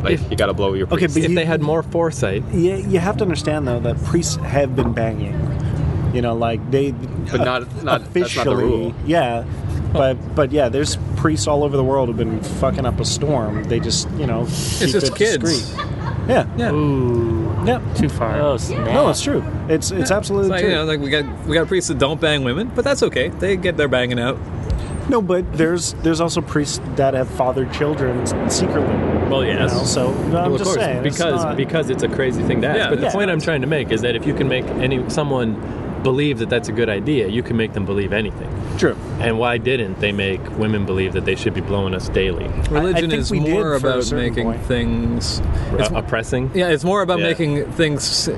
like, If- you gotta blow your Okay, priest." but If you- they had more foresight, Yeah, you have to understand though that priests have been banging. You know, like they, But not- not- that's not the rule. Yeah, but but yeah, there's priests all over the world who've been fucking up a storm. They just you know it's keep just it kids. discreet. Yeah, yeah, Ooh, too far. Oh, snap. No, it's true. It's it's absolutely It's like, true. you know, like we got we got priests that don't bang women, but that's okay. They get their banging out. No, but there's there's also priests that have fathered children secretly. well, You yes. know, so no, I'm Well, of just course, saying it's because not- because it's a crazy thing to ask. Yeah, but the yeah. point I'm trying to make is that if you can make any someone believe that that's a good idea, you can make them believe anything. true. And why didn't they make women believe that they should be blowing us daily, Religion think is we did more for a about certain making point. things. Uh, oppressing? Yeah, it's more about Yeah. making things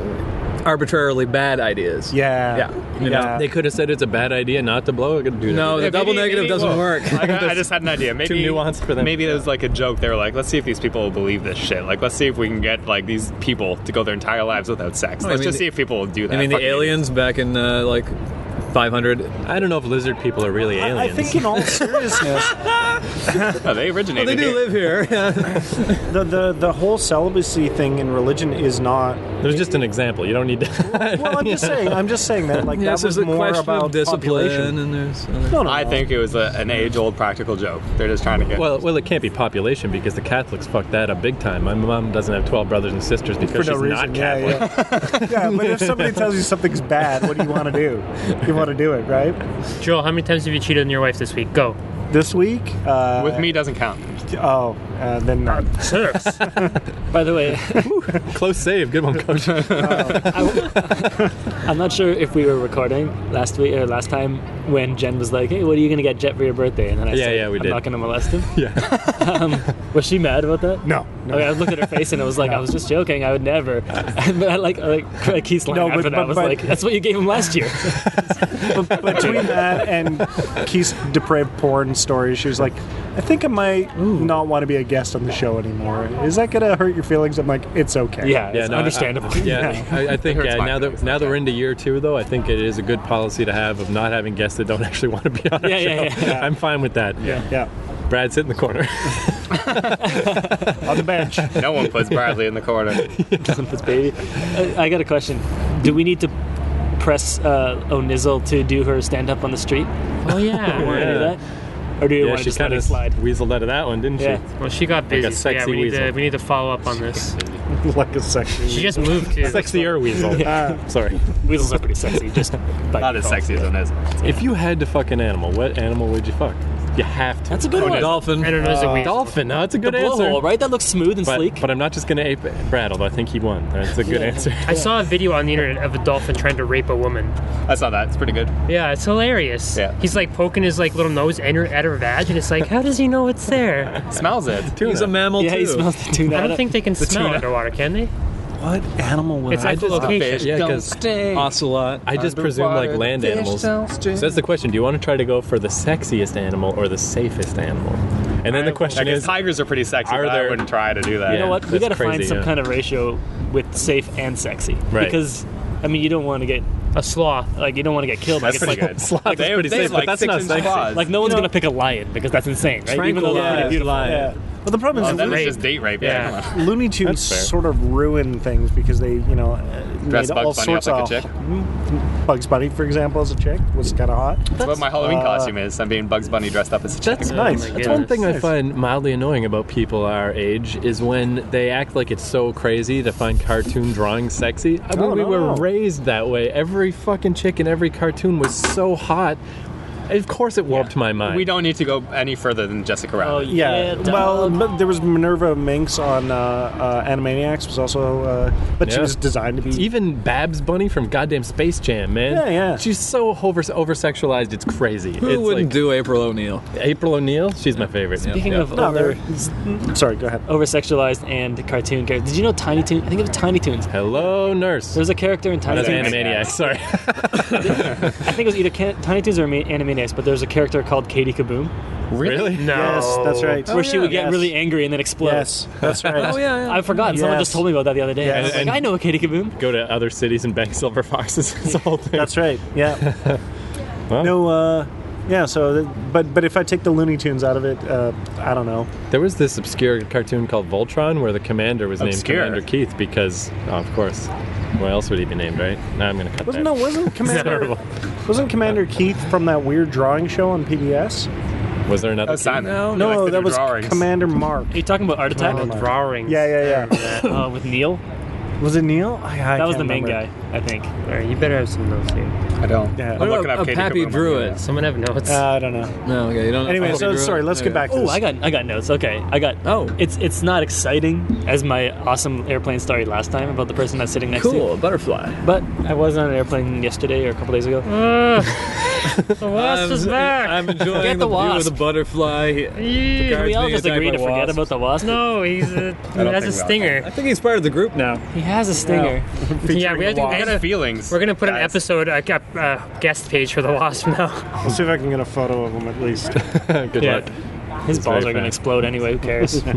arbitrarily bad ideas. Yeah. Yeah. Yeah. You know, They could have said it's a bad idea not to blow a dude. No, the Yeah, double maybe- negative maybe- doesn't whoa. work. I, got- I just had an idea. Maybe nuanced for them. Maybe it was like a joke. They were like, "Let's see if these people will believe this shit. Like, let's see if we can get like these people to go their entire lives without sex. I Let's mean, just the- see if people will do that." I mean, the Fuck it. aliens back in uh, like 500. I don't know if lizard people are really aliens. I think in all seriousness, Oh, they originated. They do here. live here. the, the the whole celibacy thing in religion is not There's just an example. You don't need to. Well, I'm just saying. I'm just saying that. Like yes, that was there's a more question about of discipline, population. and there's. uh, No, no, I no. think it was a, an age-old practical joke. They're just trying to get. Well, well, it can't be population because the Catholics fucked that up big time. My mom doesn't have 12 brothers and sisters because she's not yeah, Catholic. yeah. yeah, but if somebody tells you something's bad, what do you want to do? You want to do it, right? Joel, how many times have you cheated on your wife this week? Go. This week, uh, with me doesn't count. Oh, uh, then no. By the way, Close save. Good one, coach. I'm not sure if we were recording last week or last time when Jen was like, "Hey, what are you gonna get Jet for your birthday?" And then I Yeah, said, yeah, we "I'm did. not gonna molest him." Yeah. um, was she mad about that? no, no. Okay, I looked at her face and I was like, I was just joking. I would never. but I like, I like Keith's line No, after but- that. I but- was but- like, that's what you gave him last year. Between that and Keith's depraved porn story, she was like, "I think I might not want to be a guest on the show anymore. Is that gonna hurt your feelings?" I'm like, "It's okay." yeah, Yeah, it's no, I- understandable. I, yeah, I, I think hurts uh, my now that feelings, now that we're into year two, though, I think it is a good policy to have of not having guests that don't actually want to be on our Yeah, show. yeah, yeah. I'm fine with that. Yeah. yeah. Brad, sit in the corner. On the bench. No one puts Bradley in the corner. This baby. I, I got a question. Do we need to press uh, O'Nizzle to do her stand up on the street? Oh yeah. Want to do that? Or do you yeah, want to she just let kind it of slide? weaseled out of that one, didn't Yeah. she? Well, she got busy. a so yeah, sexy we need, to, weasel. we need to follow up on this. like a section. She just moved to. Sexier weasel. er- Sorry. Weasels are pretty sexy. Just by Not as default. sexy as it is. If you had to fuck an animal, what animal would you fuck? You have to. That's a good one. Dolphin. I don't know. Is it weasel? dolphin. Huh? That's a The good answer. blowhole, right? That looks smooth and But, sleek. but I'm not just going to ape Brad, although I think he won. That's a good Yeah. answer. I saw a video on the internet of a dolphin trying to rape a woman. I saw that. It's pretty good. Yeah, it's hilarious. Yeah. He's like poking his like little nose in her, at her vag, and it's like, how does he know it's there? Smells it. He's a mammal yeah, too. he smells the tuna. I don't think they can smell tuna. underwater, can they? What animal would It's I? echolocation. Yeah, Don't 'cause stay. Ocelot. I just presume like Underwater land animals. So that's the question. Do you want to try to go for the sexiest animal or the safest animal? And then the I question guess is, tigers are pretty sexy. Are but I there- wouldn't try to do that. You know Yeah, what? We that's got to crazy, find some yeah. kind of ratio with safe and sexy. Right. Because, I mean, you don't want to get A sloth. like you don't want to get killed. That's like, pretty it's like, good. Sloth is they pretty they safe, have, like but that's six not inch sexy. claws. like no one's gonna pick a lion because that's insane, right? Even though they're pretty beautiful. lion. Yeah. Well, the problem is Oh, that Looney- was just date rape. Yeah. Yeah. Looney Tunes fair. sort of ruin things because they, you know, uh, Dress made Bugs all Bunny sorts up like a of chick. Bugs Bunny, for example, as a chick was kind of hot. That's what my Halloween uh, costume is. I'm being Bugs Bunny dressed up as a chick. That's Oh nice. my That's one goodness. thing I Nice. find mildly annoying about people our age is when they act like it's so crazy to find cartoon drawings sexy. I mean, Oh, we no. were raised that way. Every fucking chick in every cartoon was so hot. Of course, it warped my mind. We don't need to go any further than Jessica Oh Rabbit. yeah. Yeah. well, but there was Minerva Minx on uh, uh, Animaniacs. Was also, uh, but she Yeah. was designed to be. Even Babs Bunny from goddamn Space Jam, man. Yeah, yeah. She's so over over sexualized. It's crazy. Who it's wouldn't like do April O'Neil? April O'Neil. She's my favorite. Speaking Yeah. of no, over they're- sorry, go ahead. over sexualized and cartoon characters, did you know Tiny Toons? I think it was Tiny Toons. hello, nurse. There's a character in Tiny That's Toons. Animaniacs. Sorry. I think it was either Can- Tiny Toons or Ama- Animaniacs, but there's a character called Katie Kaboom really? No. Yes, that's right. where she would get Oh, Yes. really angry and then explode. Yes, that's right. Oh yeah, yeah. I've forgotten. Someone just Yes. told me about that the other day. I Yes. was And- like, I know a Katie Kaboom. Go to other cities and bang silver foxes. It's the whole thing. That's right. Yeah. Wow. No. Uh, yeah. So, th- but but if I take the Looney Tunes out of it, uh, I don't know. There was this obscure cartoon called Voltron where the commander was Obscure. named Commander Keith because, oh, of course, what else would he be named, right? Now I'm gonna cut Wasn't that. no? Wasn't Commander? terrible. wasn't Commander Keith from that weird drawing show on PBS? Was there another? Oh, Simon. No, You No, like the that was drawings. Commander Mark. Are you talking about Art Attack? Oh, drawings. Yeah, yeah, yeah. Uh, with Neil? Was it Neil? I, I That was can't the main remember. guy, I think. All right, you better have some notes here. I don't. Yeah. I'm What looking about up a Katie Pappy Kaboom. Druid? Someone have notes. Uh, I don't know. No, okay, you don't. Anyway, Pappy so Druid? sorry. Let's Okay. get back. to Oh, this. I got I got notes. Okay, I got. Oh. it's it's not exciting as my awesome airplane story last time about the person that's sitting next Cool, to. a butterfly. you. But I was on an airplane yesterday or a couple days ago. the wasp is I'm, back. I'm enjoying Get the the, view of wasp. the butterfly. Eee. Can we all being just attacked agree to by forget wasps. about the wasp? no, he's a, he don't has a think so. I stinger. think he's part of the group now. He has a stinger. Yeah, we have to. I I gotta- got feelings. We're gonna put an guys. episode, a uh, uh, guest page for the wasp now. Let's see if I can get a photo of him at least. Good Yeah. luck. His balls very are gonna fast. explode anyway. Who cares? He's Oh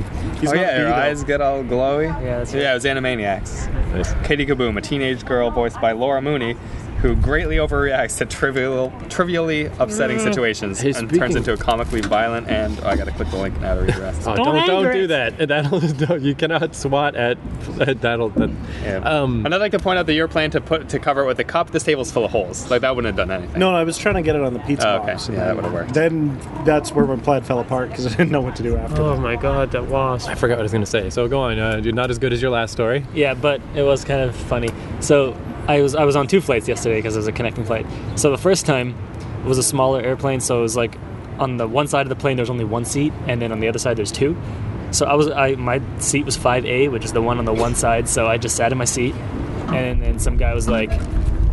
not yeah, your Beto. eyes get all glowy. Yeah, that's yeah. It was Animaniacs. Nice. Katie Kaboom, a teenage girl voiced by Laura Mooney, who greatly overreacts to trivial, trivially upsetting Mm. situations Hey, and turns speaking- into a comically violent and oh, I gotta click the link now to read the rest. Oh, Don't don't don't anger do it. that. That'll no, you cannot swat at at that'll. That, Yeah. Um, and I'd like to point out that your plan to put to cover it with a cup. This table's full of holes. Like that wouldn't have done anything. No, no, I was trying to get it on the pizza Oh, okay. box. and Yeah, that then- would've worked. Then that's where my plaid fell apart because I didn't know what to do after. Oh my god, that wasp. I forgot what I was gonna say. So go on. Uh, you're not as good as your last story. Yeah, but it was kind of funny. So I was I was on two flights yesterday because it was a connecting flight. So the first time it was a smaller airplane, so it was like on the one side of the plane there's only one seat, and then on the other side there's two. So I was I my seat was five A, which is the one on the one side. So I just sat in my seat, and then some guy was like,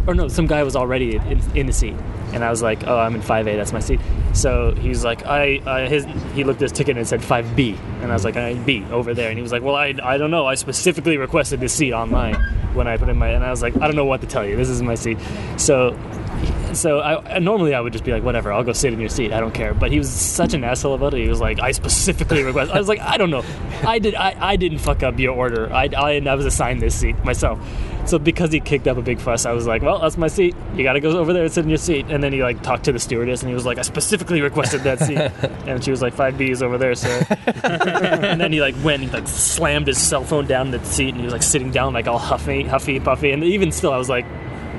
or no, some guy was already in, in the seat, and I was like, oh, I'm in five A, that's my seat. So he was like, I, I his he looked at his ticket and it said five B, and I was like, I B over there, and he was like, well, I, I don't know, I specifically requested this seat online when I put in my, and I was like, I don't know what to tell you, this is my seat. So so I and normally I would just be like, whatever, I'll go sit in your seat. I don't care. But he was such an asshole about it. He was like, I specifically request. I was like, I don't know. I did. I, I didn't fuck up your order. I, I I was assigned this seat myself. So because he kicked up a big fuss, I was like, well, that's my seat. You gotta go over there and sit in your seat. And then he like talked to the stewardess and he was like, I specifically requested that seat. and she was like, five B's over there, sir. and then he like went and like slammed his cell phone down the seat and he was like sitting down like all huffy, huffy, puffy. And even still, I was like,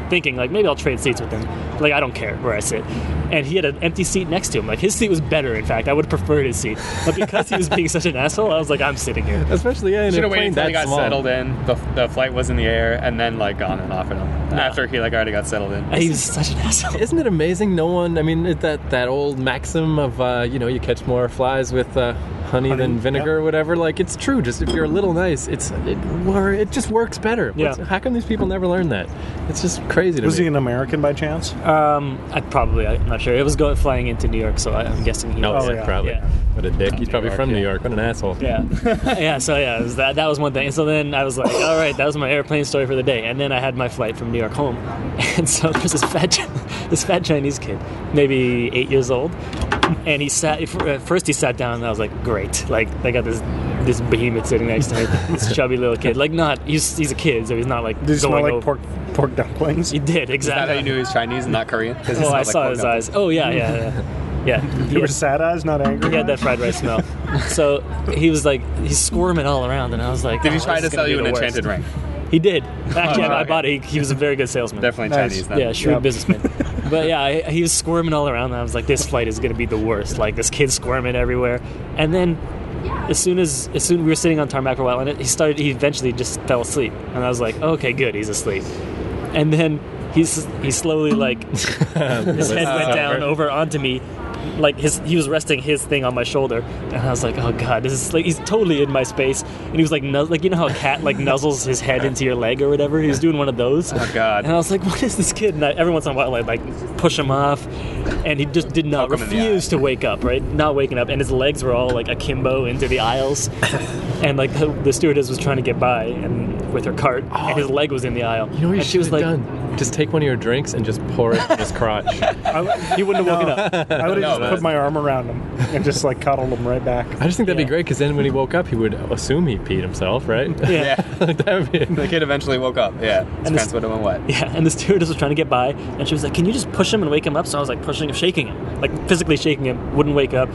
thinking like maybe I'll trade seats with him. Like I don't care where I sit. And he had an empty seat next to him. Like his seat was better. In fact, I would have preferred his seat. But because he was being such an asshole, I was like, I'm sitting here. Especially yeah, in Should a have plane waited until that he got small. settled in. The, the flight was in the air, and then like on and off and on. After he like already got settled in. And he was such an asshole. Isn't it amazing? No one. I mean, it- that that old maxim of uh, you know you catch more flies with uh, honey, than vinegar or whatever. Like it's true. Just if you're a little nice, it's it wor- it just works better. Yeah. What's- How come these people never learn that? It's just crazy to Was me. he an American by chance? Um, I probably I'm not sure. It was going flying into New York, so I, I'm guessing he. no, was. Oh, yeah, yeah. probably. Yeah. What a dick. He's probably York, from New yeah. York. What an asshole. Yeah, yeah. So yeah, it was that that was one thing. And so then I was like, all right, that was my airplane story for the day. And then I had my flight from New York home, and so there's this fat Chi- this fat Chinese kid, maybe eight years old, and he sat. At first, he sat down, and I was like, great, like I got this this behemoth sitting next to me, this chubby little kid. Like not he's he's a kid, so he's not like Did he going smell like over- pork pork dumplings? He did Is that how exactly. you knew he was Chinese and not Korean? 'Cause he oh, I smelled like saw pork his dumplings. eyes. Oh yeah, yeah, yeah. yeah. You Yeah. were sad eyes, not angry. He had that eyes? fried rice smell. so he was like, he's squirming all around, and I was like, Did he "Oh, try this is to gonna sell be you an the worst." enchanted ring? He did. Actually, I- I okay. bought it. He, he was a very good salesman. Definitely Nice. Chinese. Then. Yeah, shrewd Yep. businessman. But yeah, I, he was squirming all around. And I was like, this flight is going to be the worst. Like this kid's squirming everywhere. And then, as soon as as soon we were sitting on tarmac for a while, and it, he started. He eventually just fell asleep. And I was like, okay, good, he's asleep. And then he's he slowly like his head went down over onto me. Like his, he was resting his thing on my shoulder, and I was like, "Oh God, this is like he's totally in my space." And he was like, nuz- "Like you know how a cat like nuzzles his head into your leg or whatever." He was doing one of those. Oh, God. And I was like, "What is this kid?" And I, every once in a while, I like push him off, and he just did not Poke him in the eye. refuse to wake up. Right, not waking up, and his legs were all like akimbo into the aisles, and like the, the stewardess was trying to get by and with her cart, and his leg was in the aisle. Oh. You know what you and she should was have like, done? Just take one of your drinks and just pour it in his crotch. I, He wouldn't have woken up. I would have No, just that's- put my arm around him and just like cuddled him right back. I just think that'd Yeah. be great because then when he woke up, he would assume he peed himself, right? Yeah. Yeah. like, that would be. the kid eventually woke up. Yeah. And His this- pants went and wet. Yeah, and the stewardess was trying to get by, and she was like, "Can you just push him and wake him up?" So I was like pushing him, shaking him, like physically shaking him, wouldn't wake up.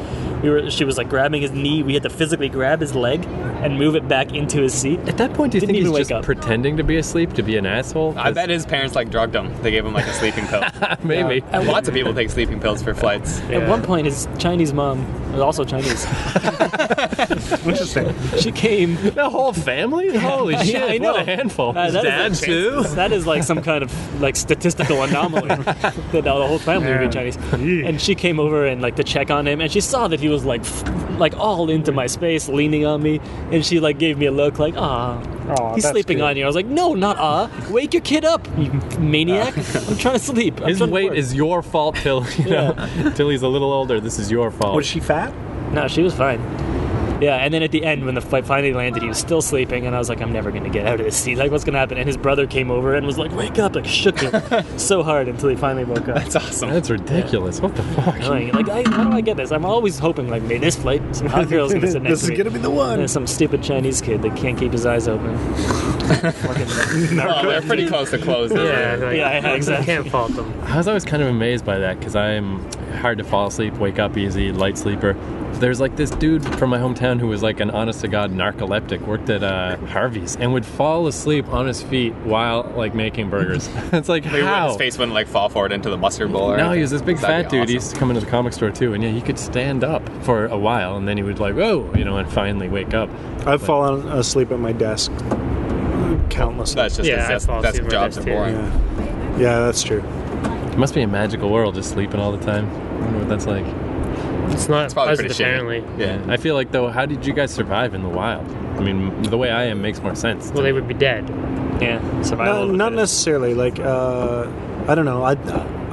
We were, she was like grabbing his knee. We had to physically grab his leg and move it back into his seat. At that point, do you Didn't think even he's wake just up. pretending to be asleep to be an asshole? I bet his parents like drugged him. They gave him like a sleeping pill. Maybe. Lots of people take sleeping pills for flights. At one point, his Chinese mom was also Chinese. Interesting. she came. The whole family? Holy shit! I know. What a handful. Uh, that is Dad, like- too? That is like some kind of like statistical anomaly that now the whole family would be Chinese. And she came over and like to check on him, and she saw that he was like f- like all into my space, leaning on me, and she like gave me a look like, ah, Aw, he's Oh, that's sleeping cute. on you. I was like, no, not ah, wake your kid up, you maniac! I'm trying to sleep. I'm His trying to weight work." is your fault till you know till he's a little older. This is your fault. Was she fat? no, she was fine. Yeah, and then at the end, when the flight finally landed, he was still sleeping, and I was like, "I'm never gonna get out of this seat. Like, what's gonna happen?" And his brother came over and was like, "Wake up!" Like, shook him so hard until he finally woke up. It's awesome. That's ridiculous. What the fuck? annoying. Like, I, how do I get this? I'm always hoping, like, may this flight, some hot girl's gonna sit next this is to me. gonna be the one. And there's some stupid Chinese kid that can't keep his eyes open. Fucking- Oh, they're pretty close to closing. Yeah, like, Yeah, yeah, exactly. Can't fault them. I was always kind of amazed by that because I'm hard to fall asleep, wake up easy, light sleeper. There's like this dude from my hometown who was like an honest to god narcoleptic, worked at uh, Harvey's, and would fall asleep on his feet while like making burgers. it's like Like, how? His face wouldn't like fall forward into the mustard bowl. Or No, he anything. was this big That'd fat be dude. He awesome. used to come into the comic store too, and yeah, he could stand up for a while, and then he would like, whoa, you know, and finally wake up. I've fallen asleep at my desk countless. That's just Yeah, I that's, fall that's asleep jobs are with this boring. yeah. yeah, that's true. It must be a magical world, just sleeping all the time. I wonder what that's like. It's not It's probably pleasant, pretty shitty. apparently. Yeah. I feel like though, how did you guys survive in the wild? I mean, the way I am makes more sense. Well, they would be dead. yeah, survival. No, of the not fittest. necessarily. Like, uh, I don't know. I,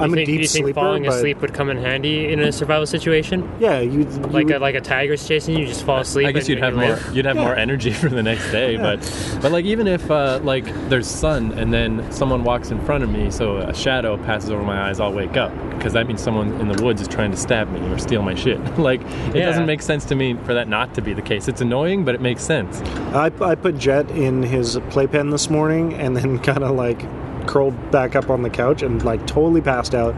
I'm a you think, deep you think sleeper. falling but asleep would come in handy in a survival situation? Yeah, you Like you, a, like a tiger's chasing you, you just fall asleep. I guess and you'd you have more live. you'd have more energy for the next day, but but like even if uh, like there's sun and then someone walks in front of me, so a shadow passes over my eyes, I'll wake up because that means someone in the woods is trying to stab me or steal my shit. like it Yeah. doesn't make sense to me for that not to be the case. It's annoying, but it makes sense. I, I put Jet in his playpen this morning and then kind of like curled back up on the couch and like totally passed out.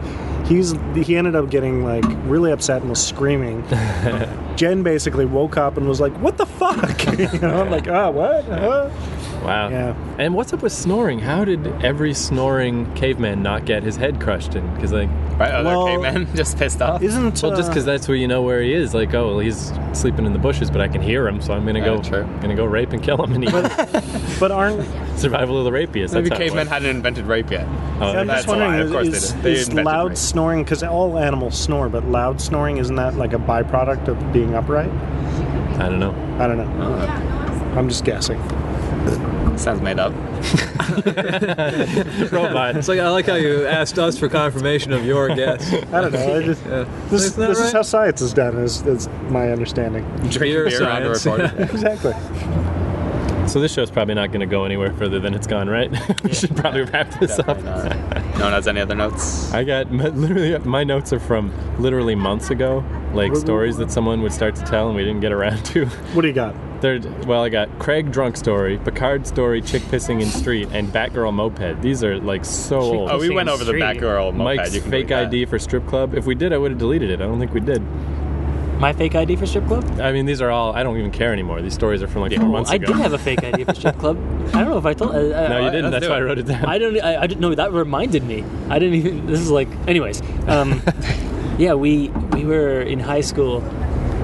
He's he ended up getting like really upset and was screaming. Jen basically woke up and was like, "What the fuck?" you know, I'm like, "Ah, what?" Huh?" Wow. Yeah. And what's up with snoring? How did every snoring caveman not get his head crushed in? Because like. Right, other Well- cavemen just pissed off. Isn't Well, just uh, because that's where you know where he is. Like, oh, well, he's sleeping in the bushes, but I can hear him, so I'm gonna Yeah, go, true. gonna go rape and kill him and eat. but aren't Survival of the rapiest. that's Maybe how it cavemen works. hadn't invented rape yet. Oh, I'm yeah. That's just a lie, wondering, of course is, they did. They is invented loud rape. snoring, because all animals snore, but loud snoring, isn't that like a byproduct of being upright? I don't know. I don't know. Uh-huh. I'm just guessing. Sounds made up. Robot. It's like I like how you asked us for confirmation of your guess. I don't know. I just, This, Isn't that this is right? how science is done, is, is my understanding. Drinking beer on a science. recorder. Exactly. So this show's probably not going to go anywhere further than it's gone, right? we should probably wrap this up. Definitely not. No one has any other notes. I got my, literally my notes are from literally months ago, like stories that someone would start to tell and we didn't get around to. What do you got? They're, well, I got Craig drunk story, Picard story, chick pissing in street, and Batgirl moped. These are like so old. Oh, we went over the Street. Batgirl moped. Mike's you can fake delete that. ID for strip club. If we did, I would have deleted it. I don't think we did. My fake ID for strip club? I mean, these are all. I don't even care anymore. These stories are from like four Oh, months I ago. did have a fake ID for strip club. I don't know if I told. uh, I, I, no, you Alright, didn't. let's That's do why I it. wrote it down. I don't. e, I, I didn't know that reminded me. I didn't even. This is like. Anyways, um, yeah, we we were in high school.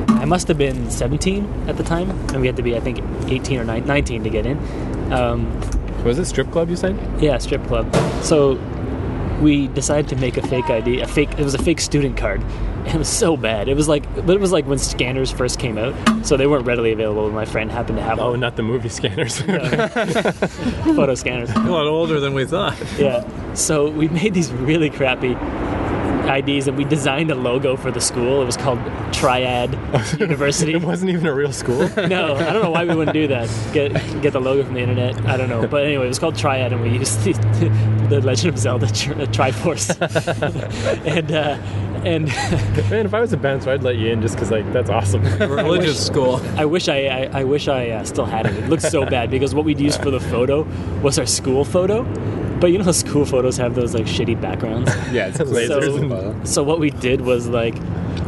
I must have been 17 at the time, and we had to be, I think, 18 or 9, 19 to get in. Um, Was it strip club you said? yeah, strip club. So we decided to make a fake ID. A fake. It was a fake student card. It was so bad. It was like, but it was like when scanners first came out, so they weren't readily available. And my friend happened to have Oh, oh, not the movie scanners. photo scanners. A lot older than we thought. Yeah. So we made these really crappy IDs, and we designed a logo for the school. It was called Triad University. it wasn't even a real school. no, I don't know why we wouldn't do that. Get get the logo from the internet. I don't know. But anyway, it was called Triad, and we used the, the Legend of Zelda tri- uh, Triforce. and uh, and Man, if I was a bouncer, I'd let you in just because like that's awesome. Religious school. I wish I I, I wish I uh, still had it. It looks so bad because what we'd used for the photo was our school photo. But you know how school photos have those like shitty backgrounds. Yeah, it's cool. Lasers So- So what we did was like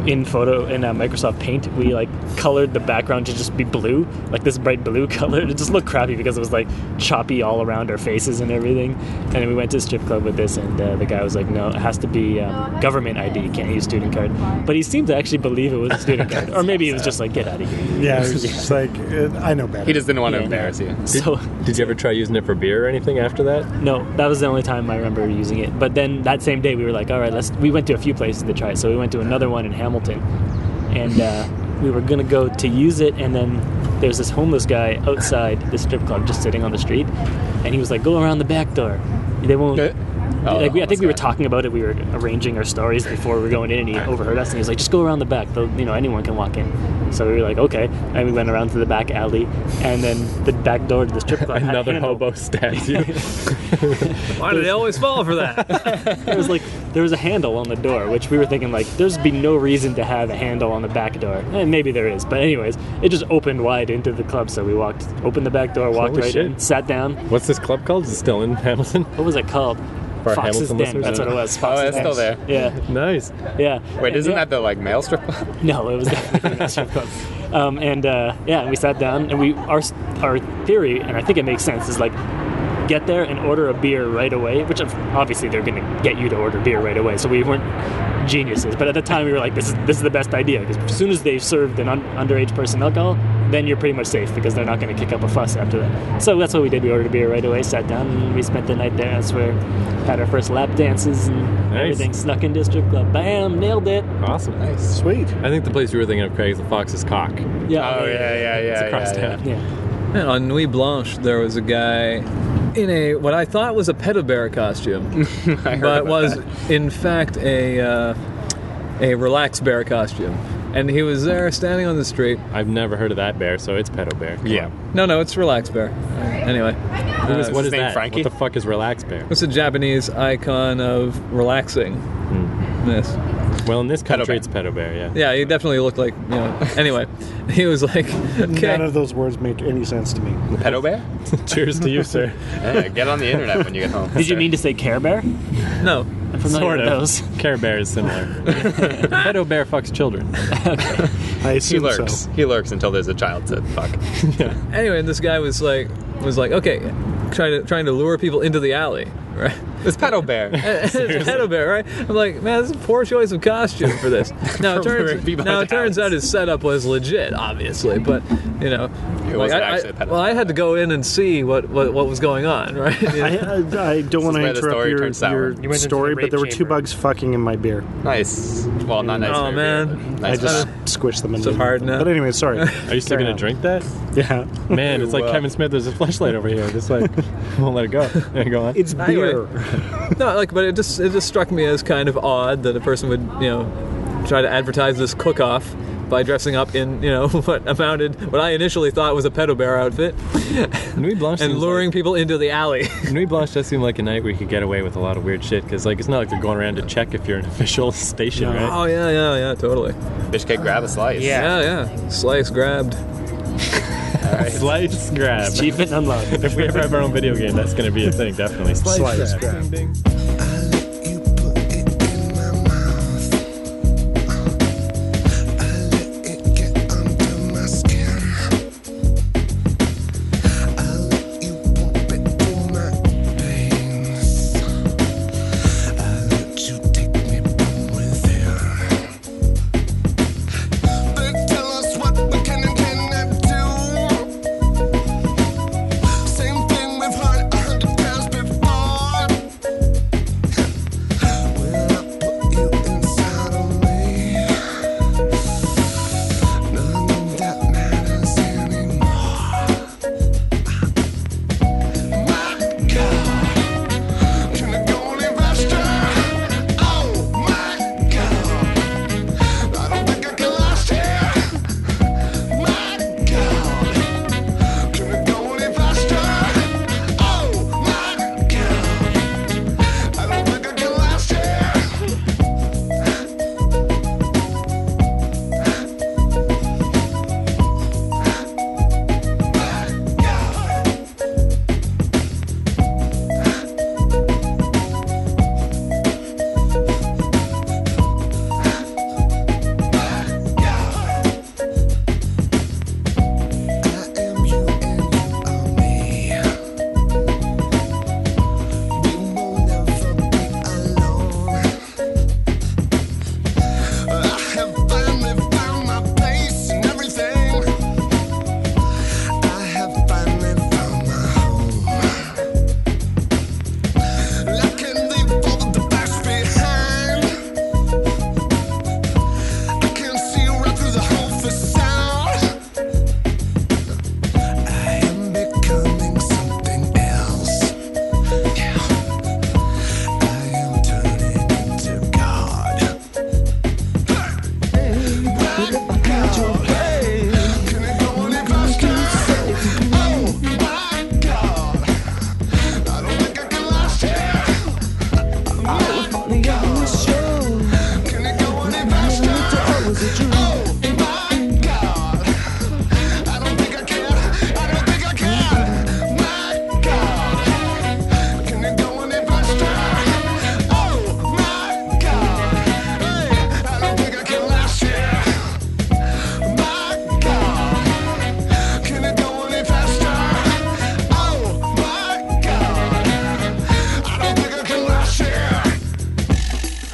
in photo in uh, Microsoft Paint, we like colored the background to just be blue, like this bright blue color. It just looked crappy because it was like choppy all around our faces and everything. And then we went to a strip club with this, and uh, the guy was like, "No, it has to be um, government ID. You can't use student card." But he seemed to actually believe it was a student card, or maybe it was just like, "Get out of here." Yeah, it was just like uh, I know better. He just didn't want to Yeah. embarrass you. So Did you ever try using it for beer or anything after that? No, that was the only time I remember using it. But then that same day, we were like, all right, let's. We went to a few places to try it. So we went to another one in Hamilton, and uh, we were gonna go to use it. And then there's this homeless guy outside the strip club, just sitting on the street, and he was like, go around the back door. They won't. Oh, like we, I think we were that's talking about it. We were arranging our stories before we were going in, and he overheard us, and he was like, "Just go around the back. They'll- You know, anyone can walk in." So we were like, "Okay," and we went around to the back alley, and then the back door to the strip club. had a Another handle. hobo stabs you. Why do they always fall for that? It was like there was a handle on the door, which we were thinking like there's be no reason to have a handle on the back door, and maybe there is, but anyways, it just opened wide into the club. So we walked, opened the back door, walked Holy right shit. in, sat down. What's this club called? Is it still in Hamilton? What was it called? For our Fox's Hamilton Den. listeners? That's what it was. Oh, Fox's it's still there. Den. Yeah, Nice. yeah. Wait, And isn't yeah. that the like male strip club? No, it was definitely not strip club. Um, and uh, yeah, and we sat down, and we our our theory, and I think it makes sense, is like get there and order a beer right away. Which of- obviously they're going to get you to order beer right away. So we weren't geniuses, but at the time we were like, this is this is the best idea because as soon as they've served an un- underage person alcohol, then you're pretty much safe because they're not going to kick up a fuss after that. So that's what we did. We ordered a beer right away, sat down, and we spent the night there. That's where had our first lap dances and Nice. everything. Snuck into a strip club. Bam, nailed it. Awesome. Nice. Sweet. I think the place you were thinking of, Craig, is the Fox's Cock. Yeah. Oh yeah, yeah, yeah. It's across town. Yeah. Man, on Nuit Blanche, there was a guy in a what I thought was a pedobear costume, but was in fact a uh, a relaxed bear costume, and he was there standing on the street. I've never heard of that bear, so it's Pedo Bear. Come Yeah. on. No, no, it's relaxed bear. Anyway, Who is, Uh, what his is name that? Frankie? What the fuck is Relax Bear? it's a Japanese icon of relaxing. Yes. Well, in this country, Bear. it's Pedo Bear, yeah. Yeah, he definitely looked like you know. Anyway, he was like, None okay, of those words make any sense to me. Pedo bear? Cheers to you, sir. Yeah, get on the internet when you get home. Did you mean to say Care Bear? no, I'm familiar Sort with of. those. Care Bear is similar. Pedo Bear fucks children. I He assume lurks. so. He lurks until there's a child to fuck. anyway, this guy was like was like okay, trying to trying to lure people into the alley, right? It's pedo bear. it's a pedo bear, right? I'm like, man, this is a poor choice of costume for this. Now it For turns, Ricky now it Bob's turns house. out his setup was legit, obviously, but you know, It like, wasn't I- I- actually a pedo well, I had to go in and see what what, what was going on, right? You know? I, I, I don't want to where the interrupt story your, turns sour. your You went into story, the but there were rape two chamber. bugs fucking in my beer. nice. Well, not nice. Oh, for a bear, man. but I Nice Uh, just for squished them in. So hard now. But anyway, sorry. Are you still Carry going to on. drink that? yeah, Man, it's like Well. Kevin Smith. There's a flashlight over here. Just like, won't let it go. There you go on. it's Anyway. beer. No, like, but it just it just struck me as kind of odd that a person would you know try to advertise this cook off by dressing up in you know what amounted what I initially thought was a pedo bear outfit Nuit Blanche and seems luring people into the alley. Like, Nuit Blanche does seem like a night where you could get away with a lot of weird shit because like it's not like they're going around to check if you're an official station, right? oh yeah, yeah, yeah, totally. you. Fish cake grab a slice. Yeah. Yeah, yeah. Slice grabbed. Slice grab. Achievement unlocked. If we ever have our own video game, that's going to be a thing, definitely. Slice, Slice grab. You put it in my mouth. I let it get under my skin. I let you pump it through my veins. I let you take me from within. They tell us what we can and cannot do. Same thing we've heard a hundred times before. I Oh Oh my God! I don't think I can. I don't think I can. My God! Can it go any faster? Oh my God! Hey, I don't think I can last here. My God! Can it go any faster? Oh my God! I don't think I can last here. Oh,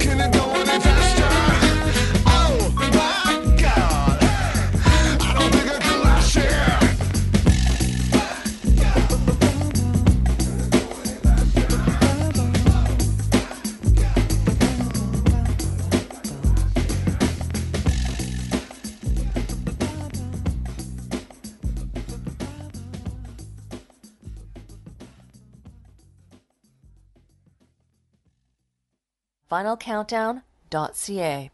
Can it go any faster? Oh my god! I don't think I can last here. finalcountdown.ca.